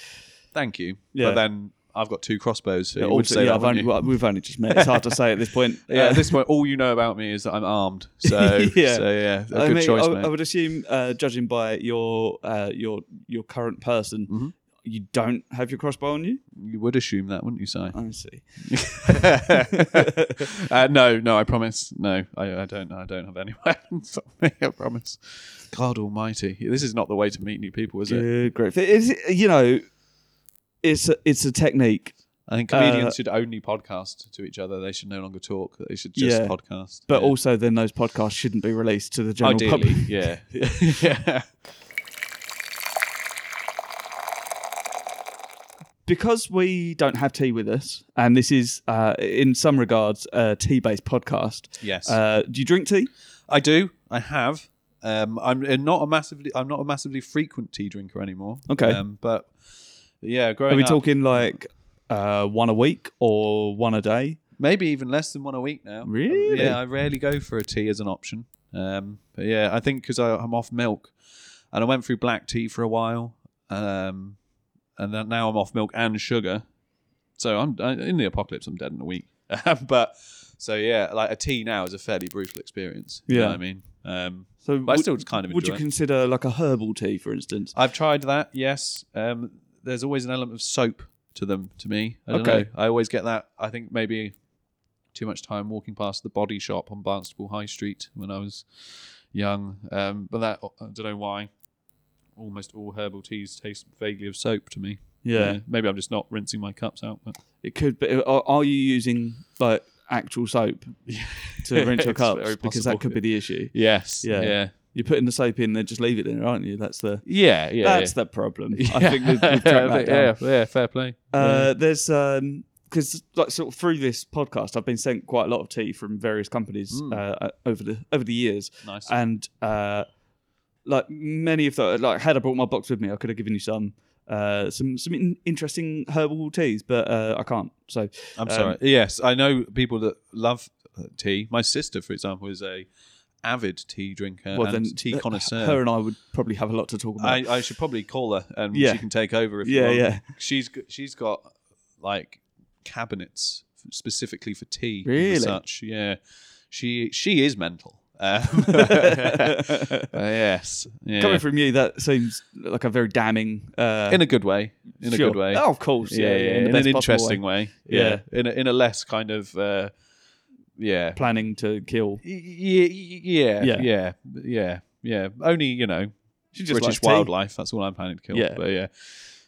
thank you. Yeah. But then. I've got two crossbows. So you would also, say yeah, that, I've wouldn't only, you? well, we've only just met. It's hard to say at this point. <laughs> Yeah, Uh, at this point, all you know about me is that <laughs> I'm armed. So Yeah. yeah, so, yeah a good <laughs> I mean, choice, I, mate. I would assume, uh, judging by your uh, your your current person, Mhm. you don't have your crossbow on you. you would assume that, wouldn't <laughs> you, Si? <laughs> I see. uh, no, no, I promise. No, I, I don't. I don't have any <laughs> weapons on me. I promise. God Almighty, this is not the way to meet new people, is it? Good grief! It is, you know, it's a, it's a technique, I think comedians Uh, should only podcast to each other. They should no longer talk. They should just Yeah. podcast. but Yeah. also then those podcasts shouldn't be released to the general ideally, public. <laughs> yeah, <laughs> yeah. because we don't have tea with us, and this is uh, in some regards a tea-based podcast. Yes. Uh, do you drink tea? I do. I have. Um, I'm uh, not a massively. I'm not a massively frequent tea drinker anymore. Okay. Um, but yeah, growing Are we up, talking like uh, one a week or one a day? maybe even less than one a week now. Um, Really? Yeah, I rarely go for a tea as an option. Um, but yeah, I think because I'm off milk, and I went through black tea for a while, um, and then now I'm off milk and sugar. So I'm I, in the apocalypse. I'm dead in a week. <laughs> but so yeah, like a tea now is a fairly brutal experience. You Yeah. know what I mean. Um, So but I still kind of enjoy Would you it. consider like a herbal tea, for instance? I've tried that. Yes. Um, there's always an element of soap to them. To me, I don't Okay. know. I always get that. I think maybe too much time walking past the body shop on Barnstaple High Street when I was young. Um, but that I don't know why. Almost all herbal teas taste vaguely of soap to me. Maybe I'm just not rinsing my cups out. But it could. Be, are, are you using like actual <laughs> soap to rinse your It's cups? very Because that possible. could be the issue. yes. Yeah. Yeah. You're putting the soap in, then just leave it in, aren't you? That's the Yeah. Yeah. that's the <laughs> problem. I yeah. think we've, we've tracked that down. <laughs> yeah, yeah, fair play. Uh, there's um because like sort of through this podcast, I've been sent quite a lot of Hmm. uh, tea from various companies uh, over the over the years, nice. and uh, like many of the like had I brought my box with me, I could have given you some uh some some in- interesting herbal teas, but uh, I can't. So I'm um, sorry. yes, I know people that love uh, tea. My sister, for example, is a avid tea drinker well, and then tea uh, connoisseur. Her and I would probably have a lot to talk about. I, I should probably call her and Yeah. she can take over if Yeah, you want. yeah. She's g- she's got like cabinets f- specifically for tea. and Really? Such. Yeah. She she is mental. Um, <laughs> <laughs> uh, yes. Yeah. Coming from you, that seems like a very damning. Uh, in a good way. In sure. a good way. Oh, of course. Yeah, yeah. In, the best an possible way. interesting way. Yeah. In a, in a less kind of uh, yeah. Planning to kill. Y- y- y- Yeah. Yeah, yeah, yeah, yeah, yeah. Only you know, She just British likes tea. wildlife. That's all I'm planning to kill. Yeah. but yeah,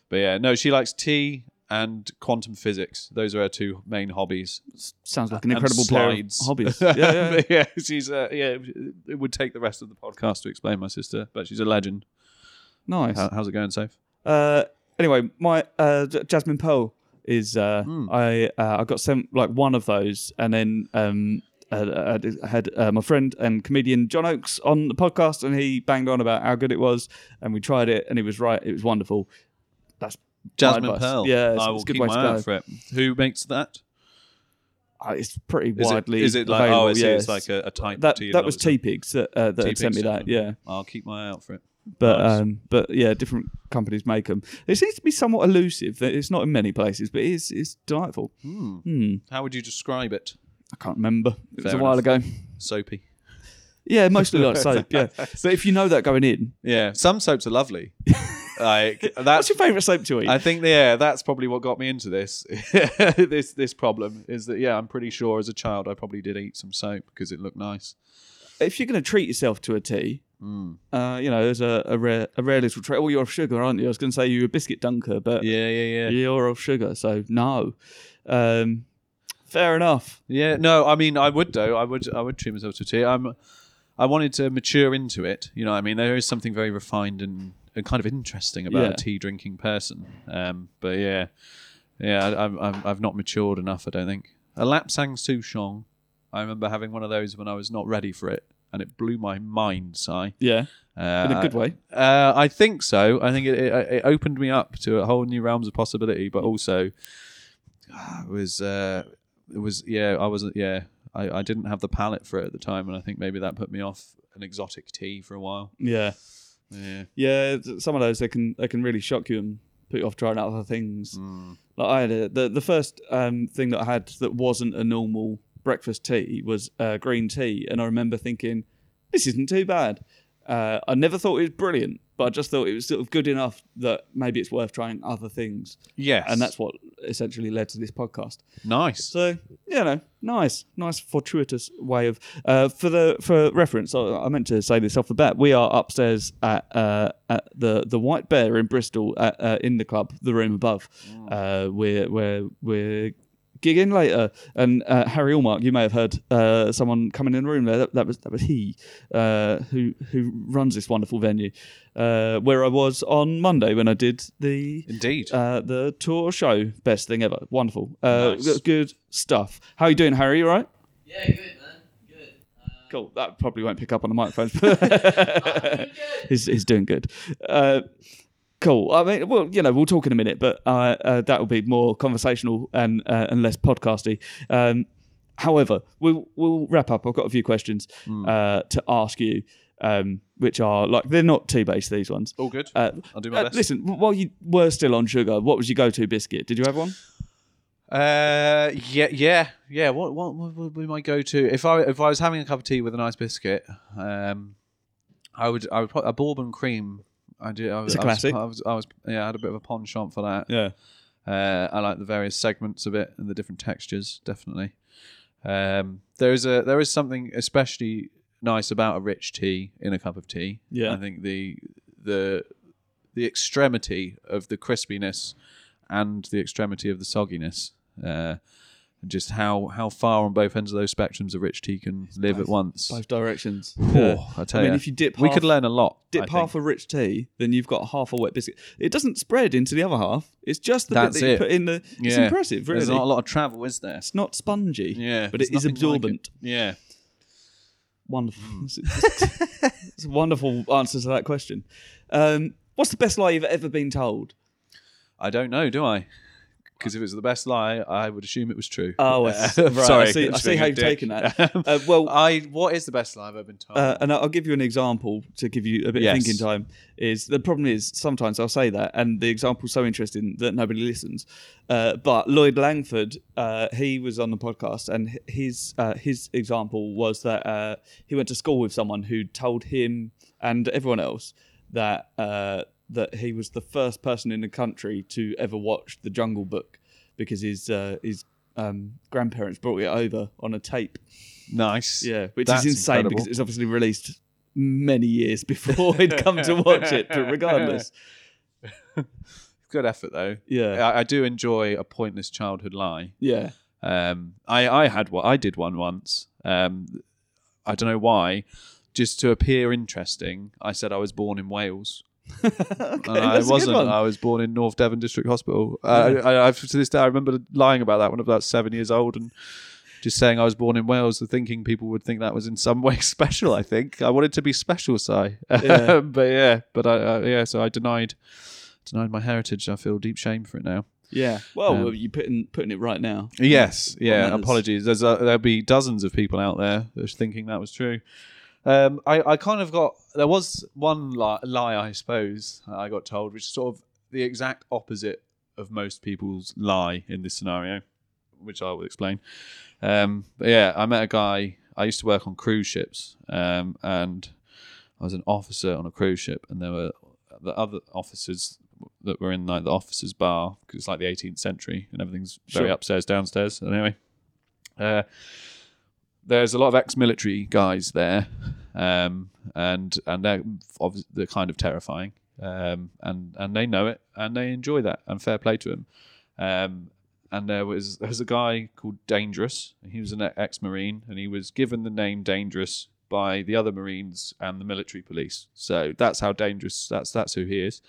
but yeah. No, she likes tea and quantum physics. Those are her two main hobbies. Sounds like an And incredible play. slides. Hobbies. <laughs> Yeah, yeah. But yeah. She's uh, yeah. It would take the rest of the podcast to explain my sister, but she's a legend. <laughs> nice. How, how's it going, Safe? Uh, anyway, my uh, J- Jasmine Pearl is uh, Hmm. I uh, I got sent like one of those, and then um, uh, I had uh, my friend and comedian John Oakes on the podcast, and he banged on about how good it was, and we tried it, and he was right. It was wonderful. That's my Jasmine advice. Pearl. Yeah, it's, I it's will a good keep way my to eye go. out for it. Who makes that? Uh, It's pretty Is it- widely. is it like available, oh, I see, yeah. it's like a, a type that. tea That and was lots of- T Pigs that, uh, that had Teapigs sent me that. definitely. Yeah, I'll keep my eye out for it. but Nice. um, but yeah, different companies make them. It seems to be somewhat elusive. It's not in many places, but it's it's delightful. Hmm. How would you describe it? I can't remember. It was Fair a while ago. Soapy. <laughs> Yeah, mostly like soap. Yeah, but if you know that going in, Yeah, some soaps are <laughs> lovely. like what's that's. your favourite soap to eat? I think yeah, that's probably what got me into this <laughs> this this problem is that yeah, I'm pretty sure as a child I probably did eat some soap because it looked nice. if you're going to treat yourself to a tea, Mm. uh, you know, there's a, a rare a rare little treat. Oh, you're off sugar, aren't you? I was going to say you're a biscuit dunker, but Yeah, yeah, yeah. you're off sugar, so no. Um, fair enough. Yeah, no, I mean I would though. I would I would treat myself to tea. I'm I wanted to mature into it. You know, what I mean there is something very refined and, and kind of interesting about Yeah. a tea drinking person. Um, but yeah, yeah, I, I'm, I'm I've not matured enough. I don't think a lapsang souchong. I remember having one of those when I was not ready for it, and it blew my mind. Si. Yeah, Uh, in a good way. Uh, I think so. I think it, it, it opened me up to a whole new realms of possibility, but also ah, it was uh, it was yeah. I wasn't yeah. I, I didn't have the palate for it at the time, and I think maybe that put me off an exotic tea for a while. Yeah, Yeah. yeah. th- Some of those they can they can really shock you and put you off trying out other things. Like I had a, the the first um, thing that I had that wasn't a normal breakfast tea was uh, green tea, and I remember thinking, "This isn't too bad." Uh, I never thought it was brilliant, but I just thought it was sort of good enough that maybe it's worth trying other things, Yes. and that's what essentially led to this podcast. nice. So you know, nice, nice fortuitous way of uh, for the for reference. I, I meant to say this off the bat. We are upstairs at, uh, at the the White Bear in Bristol at, uh, in the club, the room above. Uh, we're we're we're gigging later, and uh, Harry Allmark, you may have heard uh, someone coming in the room there. That, that was that was he uh, who who runs this wonderful venue, uh, where I was on Monday when I did the Indeed. uh, the tour show, best thing ever. Wonderful. Uh, Nice. g- Good stuff. How you doing, Harry? You all right? Yeah, good man, good. Uh, Cool. That probably won't pick up on the <laughs> microphone. <laughs> he's, he's doing good. Uh, cool. I mean, well, you know, we'll talk in a minute, but uh, uh, that will be more conversational and uh, and less podcasty. Um, however, we'll we'll wrap up. I've got a few questions uh, to ask you, um, which are like they're not tea based. These ones. All good. Uh, I'll do my uh, best. Listen, w- while you were still on sugar, what was your go-to biscuit? Did you have one? Uh, yeah, yeah, yeah. What, what, what would be my go-to if I if I was having a cup of tea with a nice biscuit? Um, I would I would put a bourbon cream. I do. I, was- a I was- classic. I was, I was, yeah. I had a bit of a penchant for that. Yeah. Uh, I like the various segments of it and the different textures. Definitely. Um, there is a there is something especially nice about a rich tea in a cup of tea. Yeah. I think the the the extremity of the crispiness and the extremity of the sogginess. Uh, and just how, how far on both ends of those spectrums a rich tea can live at once. Both directions. Oh, I tell I mean, ya. if you dip we half- could learn a lot. I Dip think. half a rich tea, then you've got half a wet biscuit. It doesn't spread into the other half. It's just the bit That's that you it. put in the. It's Yeah. impressive, really. There's not a lot of travel, is there? it's not spongy, Yeah, but there's it is nothing like absorbent. it. Yeah, Wonderful. Mm. it's a wonderful answer to that question. Um, what's the best lie you've ever been <laughs> told? I don't know, do I? Because if it was the best lie, I would assume it was true. Oh, I <laughs> Uh, see. Right, I sorry. see- I just see being how a you've <laughs> dick. taken that. Uh, well- I what is the best lie I've ever been told? Uh, and I'll give you an example to give you a bit Yes. of thinking time. Is the problem is sometimes I'll say that, and the example's so interesting that nobody listens. Uh, but Lloyd Langford, uh, he was on the podcast, and h- his uh, his example was that uh, he went to school with someone who told him and everyone else that uh, that he was the first person in the country to ever watch The Jungle Book because his uh, his um, grandparents brought it over on a tape. nice. Yeah, which That's is insane incredible. because it's obviously released many years <laughs> before he'd come to watch it. <laughs> But regardless, Good effort though. yeah, I, I do enjoy a pointless childhood lie. yeah, Um, I I had one. I did one once. Um, I don't know why. Just to appear interesting, I said I was born in <laughs> Wales. okay, And I that's a good wasn't. one. I was born in North Devon District Hospital. Uh, I, I, I've- to this day, I remember lying about that when I was about seven years old and just saying I was born in Wales, and thinking people would think that was in some <laughs> way special. I think I wanted to be special, Si. Yeah. <laughs> but yeah, but I, uh, yeah, so I denied denied my heritage. I feel deep shame for it now. yeah. Well, Um, well, you putting putting it right now. Yes, yeah. matters. Apologies. There's uh there'll be dozens of people out there that's thinking that was true. Um, I, I kind of got there was one lie, lie I suppose I got told, which is sort of the exact opposite of most people's lie in this scenario, which I will explain. Um, but yeah, I met a guy. I used to work on cruise ships, um, and I was an officer on a cruise ship, and there were the other officers that were in like the officers' bar because it's like the 18th century and everything's very Sure. upstairs, downstairs. And anyway, uh, there's a lot of ex-military guys there, um, and and they're obvi- they're kind of terrifying, um, and and they know it and they enjoy that and fair play to them. Um, and there was there was a guy called Dangerous. And he was an e-, ex-marine, and he was given the name Dangerous by the other marines and the military police. So that's how dangerous. That's that's who he is.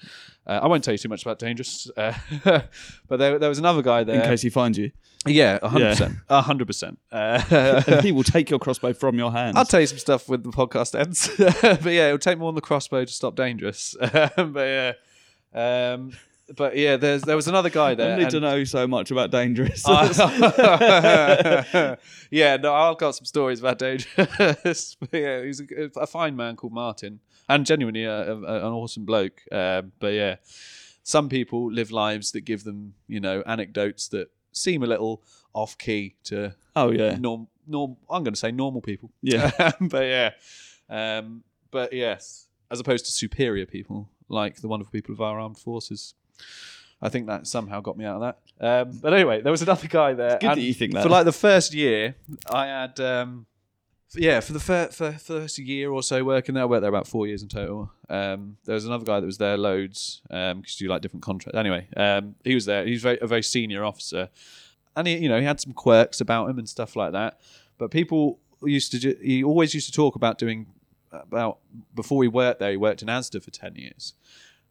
Uh, I won't tell you too much about Dangerous, uh, <laughs> but there, there was another guy there. In case he finds <laughs> you, yeah, hundred Yeah. percent, hundred percent. <laughs> Uh, and he will take your crossbow from your hands. I'll tell you some stuff when the podcast ends. <laughs> but yeah, it'll take more on the crossbow to stop dangerous. <laughs> but yeah, um, but yeah, there's there was another guy I there. need and- to know so much about dangerous. <laughs> I- <laughs> yeah, no, I've got some stories about dangerous. <laughs> but yeah, he's a, a fine man called Martin, and genuinely a, a, an awesome bloke. Um, but yeah, some people live lives that give them, you know, anecdotes that seem a little off key to oh <laughs> yeah, norm, norm I'm going to say normal people. Yeah. <laughs> but yeah. Um, but yes, as opposed to superior people like the wonderful people of our armed forces. I think that somehow got me out of that. Um, but anyway, there was another guy there. good and that you think that. For like the first year, I had um, yeah, for the fir- for first year or so working there, I worked there about four years in total. Um, there was another guy that was there loads because you do like different contracts. Anyway, um, he was there. He was very, a very senior officer, and he you know he had some quirks about him and stuff like that. But people used to do, he always used to talk about doing about before he worked there. He worked in ASDA for ten years,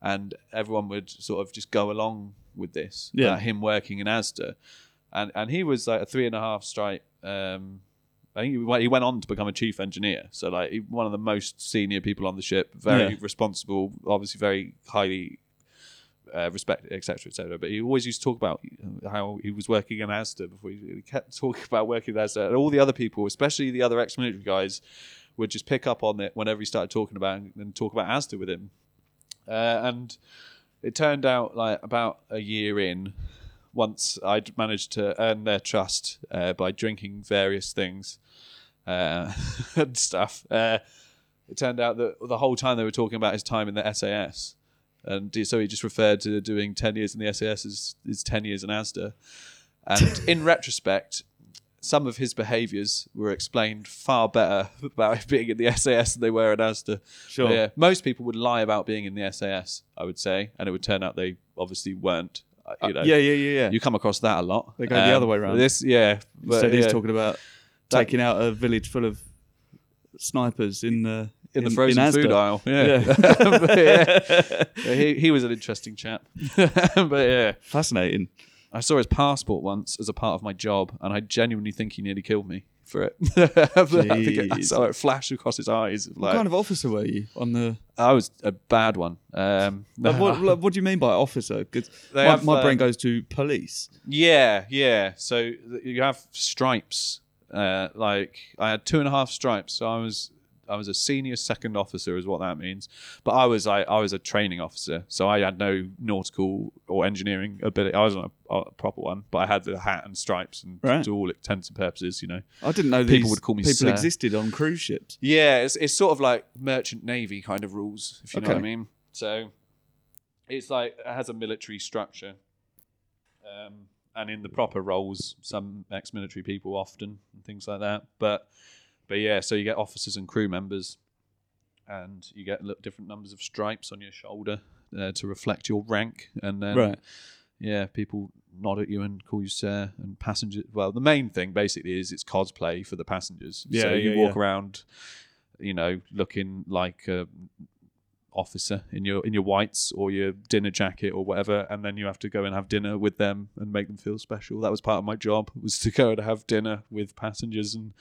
and everyone would sort of just go along with this. Yeah. about him working in ASDA, and and he was like a three and a half stripe. Um, I think he went, he went on to become a chief engineer. So like he, one of the most senior people on the ship, very Yeah. responsible, obviously very highly uh, respected, etc., cetera, etc. But he always used to talk about how he was working in ASDA before he, he kept <laughs> talking about working in ASDA, and all the other people, especially the other ex-military guys, would just pick up on it whenever he started talking about it and talk about ASDA with him. Uh, and it turned out like about a year in once i'd managed to earn their trust uh, by drinking various things uh, <laughs> and stuff uh, it turned out that the whole time they were talking about his time in the sas and so he just referred to doing 10 years in the sas as, as 10 years in asda <laughs> and in retrospect some of his behaviours were explained far better <laughs> about being in the SAS than they were in ASDA. Sure. But yeah, most people would lie about being in the SAS, I would say, and it would turn out they obviously weren't. uh, You know, yeah, yeah, yeah, yeah. you come across that a lot. Um, They go the other way round. This, yeah, but Instead, he's yeah, talking about That- taking out a village full of snipers in the in, the frozen Asda. food aisle. Yeah, <laughs> But yeah. <laughs> But he he was an interesting chap. but yeah, Fascinating. I saw his passport once as a part of my job, and I genuinely think he nearly killed me. for it. <laughs> I think it, I Jeez. saw it flash across his eyes. of What Like, kind of officer were you on the? I was a bad one. Um, Like, what, like, what do you mean by officer? 'Cause They my, have, my uh, brain goes to police. Yeah, yeah. So th- you have stripes. Uh, like I had two and a half stripes. So I was I was a senior second officer, is what that means. But I was I, I was a training officer, so I had no nautical or engineering ability. I wasn't a, a proper one, but I had the hat and stripes and Right. to all intents and purposes, you know. I didn't know People these would call me people sir. existed on cruise ships. Yeah, it's, it's sort of like merchant navy kind of rules, if you know what I Okay. mean. So it's like it has a military structure, um, and in the proper roles, some ex-military people often and things like that. But but yeah, so you get officers and crew members, and you get look, different numbers of stripes on your shoulder uh, to reflect your rank, and then Right. yeah, people nod at you and call you sir and passenger. Well, the main thing basically is it's cosplay for the passengers. so Yeah, you yeah, walk around, you know, looking like a officer in your in your whites or your dinner jacket or whatever, and then you have to go and have dinner with them and make them feel special. That was part of my job was to go and have dinner with passengers and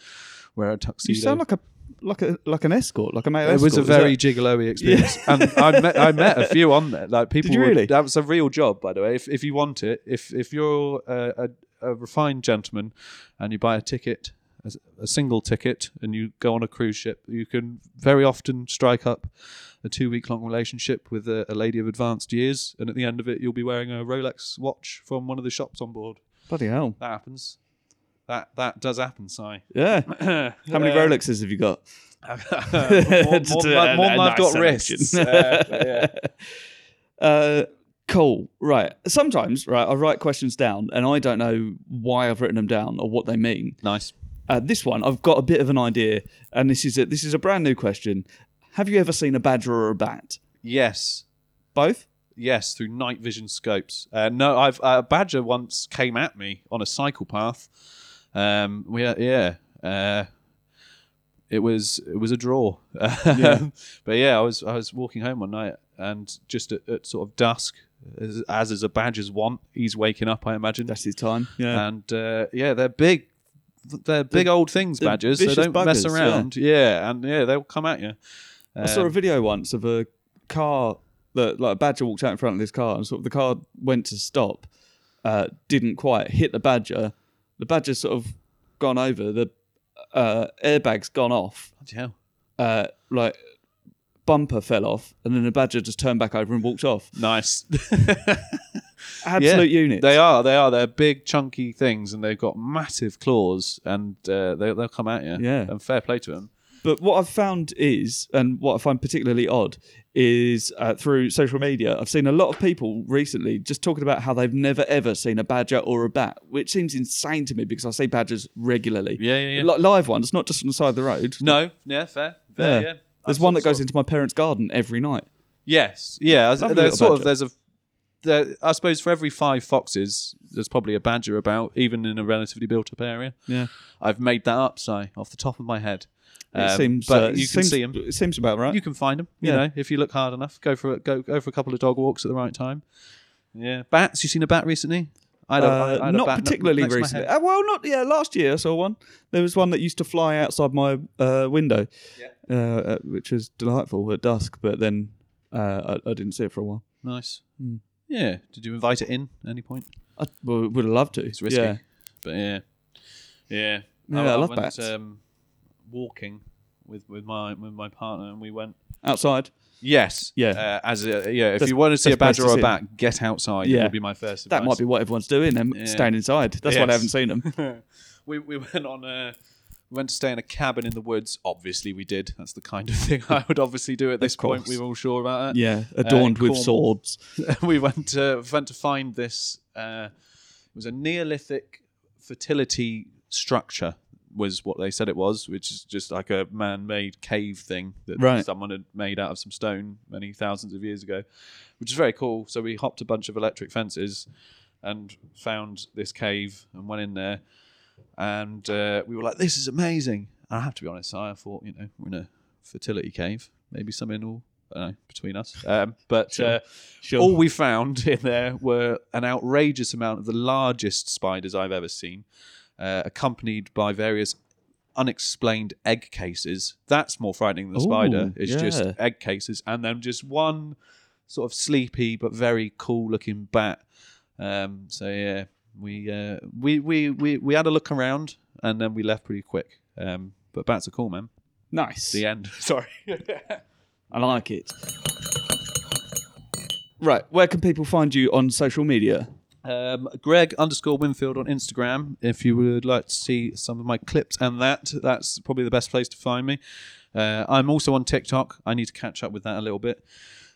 wear a You tuxedo. sound like a like a like an escort, like a male. It was a escort, is that- very gigolo experience, and I met I met a few on there. Like people, you were- really? That was a real job, by the way. If if you want it, if if you're a, a, a refined gentleman and you buy a ticket, a, a single ticket, and you go on a cruise ship, you can very often strike up a two week long relationship with a, a lady of advanced years, and at the end of it, you'll be wearing a Rolex watch from one of the shops on board. bloody hell. That happens. That that does happen, Si. Yeah. How <laughs> many Rolexes have you got? <laughs> more more, Just a- <laughs> than- more a than nice I've got selection. wrists. Uh, yeah. Uh, cool. Right. Sometimes, right, I write questions down and I don't know why I've written them down or what they mean. <laughs> Nice. Uh, this one, I've got a bit of an idea, and this is a, this is a brand new question. Have you ever seen a badger or a bat? Yes. Both. Yes, through night vision scopes. Uh, no, I've uh, a badger once came at me on a cycle path. Um, we uh, yeah, uh, it was it was a draw. <laughs> but yeah, I was I was walking home one night and just at, at sort of dusk, as, as is a badger's want, he's waking up. I imagine. That's his time. Yeah. And uh, yeah, they're big. They're big old things, they're badgers. So vicious don't mess buggers, around. Yeah. and yeah, they'll come at you. I saw a video once of a car that like a badger walked out in front of this car, and sort of the car went to stop, uh, didn't quite hit the badger. The badger's sort of gone over. The uh, airbag's gone off. Bloody hell. Uh, like bumper fell off, and then the badger just turned back over and walked off. Nice. <laughs> Absolute unit. They are. They are. They're big, chunky things, and they've got massive claws, and uh, they, they'll come at you. Yeah. And fair play to them. But what I've found is, and what I find particularly odd, is uh, through social media, I've seen a lot of people recently just talking about how they've never ever seen a badger or a bat, which seems insane to me because I see badgers regularly. Yeah, yeah, yeah. Li- live ones, not just on the side of the road. No. Yeah. Fair. Fair. Yeah. There's one that goes into my parents' garden every night. Yes. Yeah. Lovely There's little sort of. badger. There's a. There, I suppose for every five foxes, there's probably a badger about, even in a relatively built-up area. Yeah. I've made that up, Si, off the top of my head. It Um, seems, but uh, you it can seems- see them. It seems about right. You can find them. You Yeah. know, if you look hard enough, go for a, go go for a couple of dog walks at the right time. Yeah, bats. You seen a bat recently? I Uh, don't. I, I had a not bat ne- particularly next to my recently. head. Uh, well, not yeah. Last year I saw one. There was one that used to fly outside my uh, window, uh, uh, which was delightful at dusk. But then uh, I, I didn't see it for a while. Nice. Hmm. Yeah. Did you invite it in at any point? I well, would have loved to. It's risky. Yeah. But yeah, yeah. Oh, Yeah, I love bats. Um, walking with with my with my partner, and we went. Outside. Yes. Yeah. Uh, as a, yeah, if That's- you want to see a that's best badger or a to bat, get outside. Yeah. Yeah. Would be my first. That advice. might be what everyone's doing. Them Yeah. staying inside. That's why Yes. I haven't seen <laughs> them. we we went on a we went to stay in a cabin in the woods. Obviously, we did. That's the kind of thing I would obviously do at this point. course. We were all sure about it. yeah, adorned with Cornwall. swords. <laughs> we went to went to find this. Uh, it was a Neolithic fertility structure, was what they said it was, which is just like a man-made cave thing that Right. someone had made out of some stone many thousands of years ago, which is very cool. So we hopped a bunch of electric fences and found this cave and went in there, and uh, we were like, "This is amazing." And I have to be honest, I thought, you know, we're in a fertility cave. Maybe something will, I don't know, between us. Um, but uh, Sure. all we found <laughs> in there were an outrageous amount of the largest spiders I've ever seen, uh, accompanied by various unexplained egg cases. That's more frightening than the spider. Ooh, It's just yeah. egg cases, and then just one sort of sleepy but very cool looking bat. Um, so yeah, we, uh, we we we we had a look around, and then we left pretty quick. Um, but bats are cool, man. Nice. The end. <laughs> Sorry. I like it. Right, where can people find you on social media? Um, Greg underscore Winfield on Instagram. If you would like to see some of my clips and that, that's probably the best place to find me. Uh, I'm also on TikTok. I need to catch up with that a little bit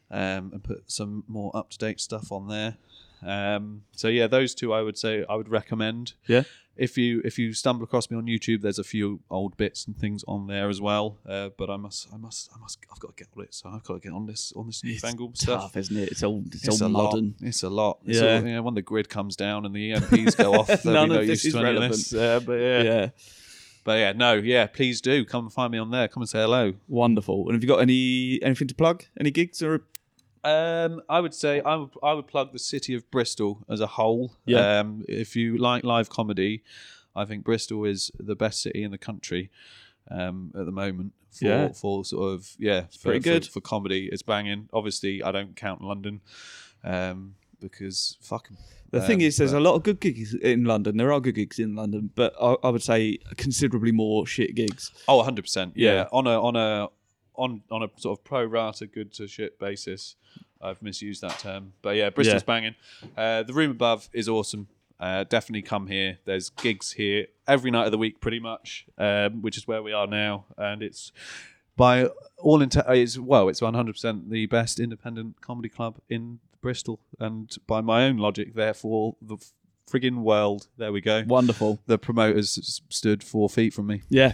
um, and put some more up to date stuff on there. Um, so yeah, those two I would say I would recommend. Yeah. If you if you stumble across me on YouTube, there's a few old bits and things on there as well. Uh, but I must I must I must I've got to get on it. So I've got to get on this on this newfangled stuff. Tough, isn't it? It's all it's, It's all a modern. lot. It's a lot. It's Yeah. all- yeah. When the grid comes down and the EMPs go <laughs> off, they'll None be no of this is use to any of relevant. this. Uh, but yeah. Yeah, But yeah, no, yeah. Please do come and find me on there. Come and say hello. wonderful. And have you got any anything to plug? Any gigs or? Um, I would say I would I would plug the city of Bristol as a whole. Yeah. Um, if you like live comedy, I think Bristol is the best city in the country um, at the moment for Yeah. for sort of yeah for, pretty for- good. for, comedy. It's banging. Obviously, I don't count London um, because fuck 'em. The thing Um, is, there's a but- lot of good gigs in London. There are good gigs in London, but I, I would say considerably more shit gigs. Oh, 100 percent. Yeah. Yeah. on a on a on on a sort of pro rata good to shit basis. I've misused that term, but yeah, Bristol's Yeah. banging. Uh, the room above is awesome. Uh, definitely come here. There's gigs here every night of the week, pretty much, um, which is where we are now, and it's by all intent is well, it's 100% the best independent comedy club in Bristol, and by my own logic, therefore the friggin' world. There we go. Wonderful. The promoters s- stood four feet from me. <laughs> Yeah.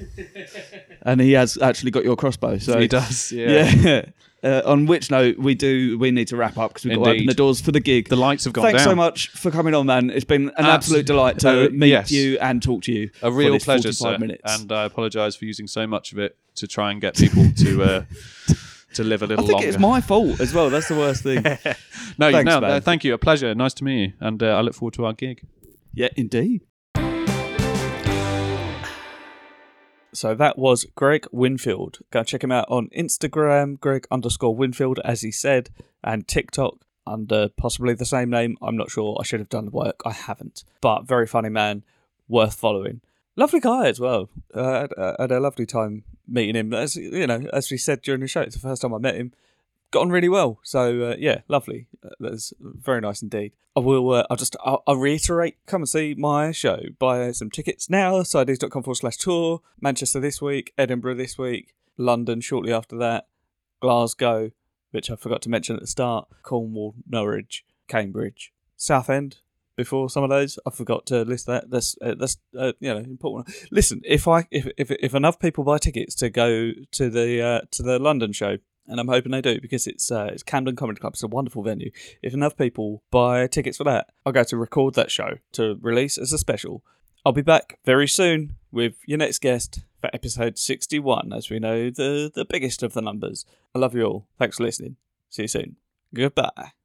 and he has actually got your crossbow. So he <laughs> does. Yeah. <laughs> Uh, on which note, we do we need to wrap up because we've got to open Indeed. the doors for the gig. The lights have gone Thanks down. so much for coming on, man. It's been an absolute Absolute- delight to uh, meet yes. you and talk to you. A for real this pleasure, 45 sir. minutes. And I apologise for using so much of it to try and get people to <laughs> uh, to live a I little think longer. it's my fault as well. That's the worst thing. no, Thanks, man. no, no, thank you. A pleasure. Nice to meet you, and uh, I look forward to our gig. yeah, indeed. So that was Greg Winfield. Go check him out on Instagram, Greg underscore Winfield, as he said, and TikTok under possibly the same name. I'm not sure. I should have done the work. I haven't. But very funny man, worth following. Lovely guy as well. Uh, I had a lovely time meeting him. As you know, as we said during the show, it's the first time I met him. Got on really well. So uh, yeah, lovely. Uh, That's very nice indeed. I will. Uh, I'll just. I'll, I'll reiterate. Come and see my show. Buy some tickets now. Sidees.com forward slash tour. Manchester this week. Edinburgh this week. London shortly after that. Glasgow, which I forgot to mention at the start. Cornwall, Norwich, Cambridge, Southend. Before some of those, I forgot to list that. That's uh, that's uh, you know important. Listen, if I if, if if enough people buy tickets to go to the uh, to the London show, and I'm hoping they do because it's uh, it's Camden Comedy Club. It's a wonderful venue. If enough people buy tickets for that, I'll go to record that show to release as a special. I'll be back very soon with your next guest for episode 61, as we know the the biggest of the numbers. I love you all. Thanks for listening. See you soon. Goodbye.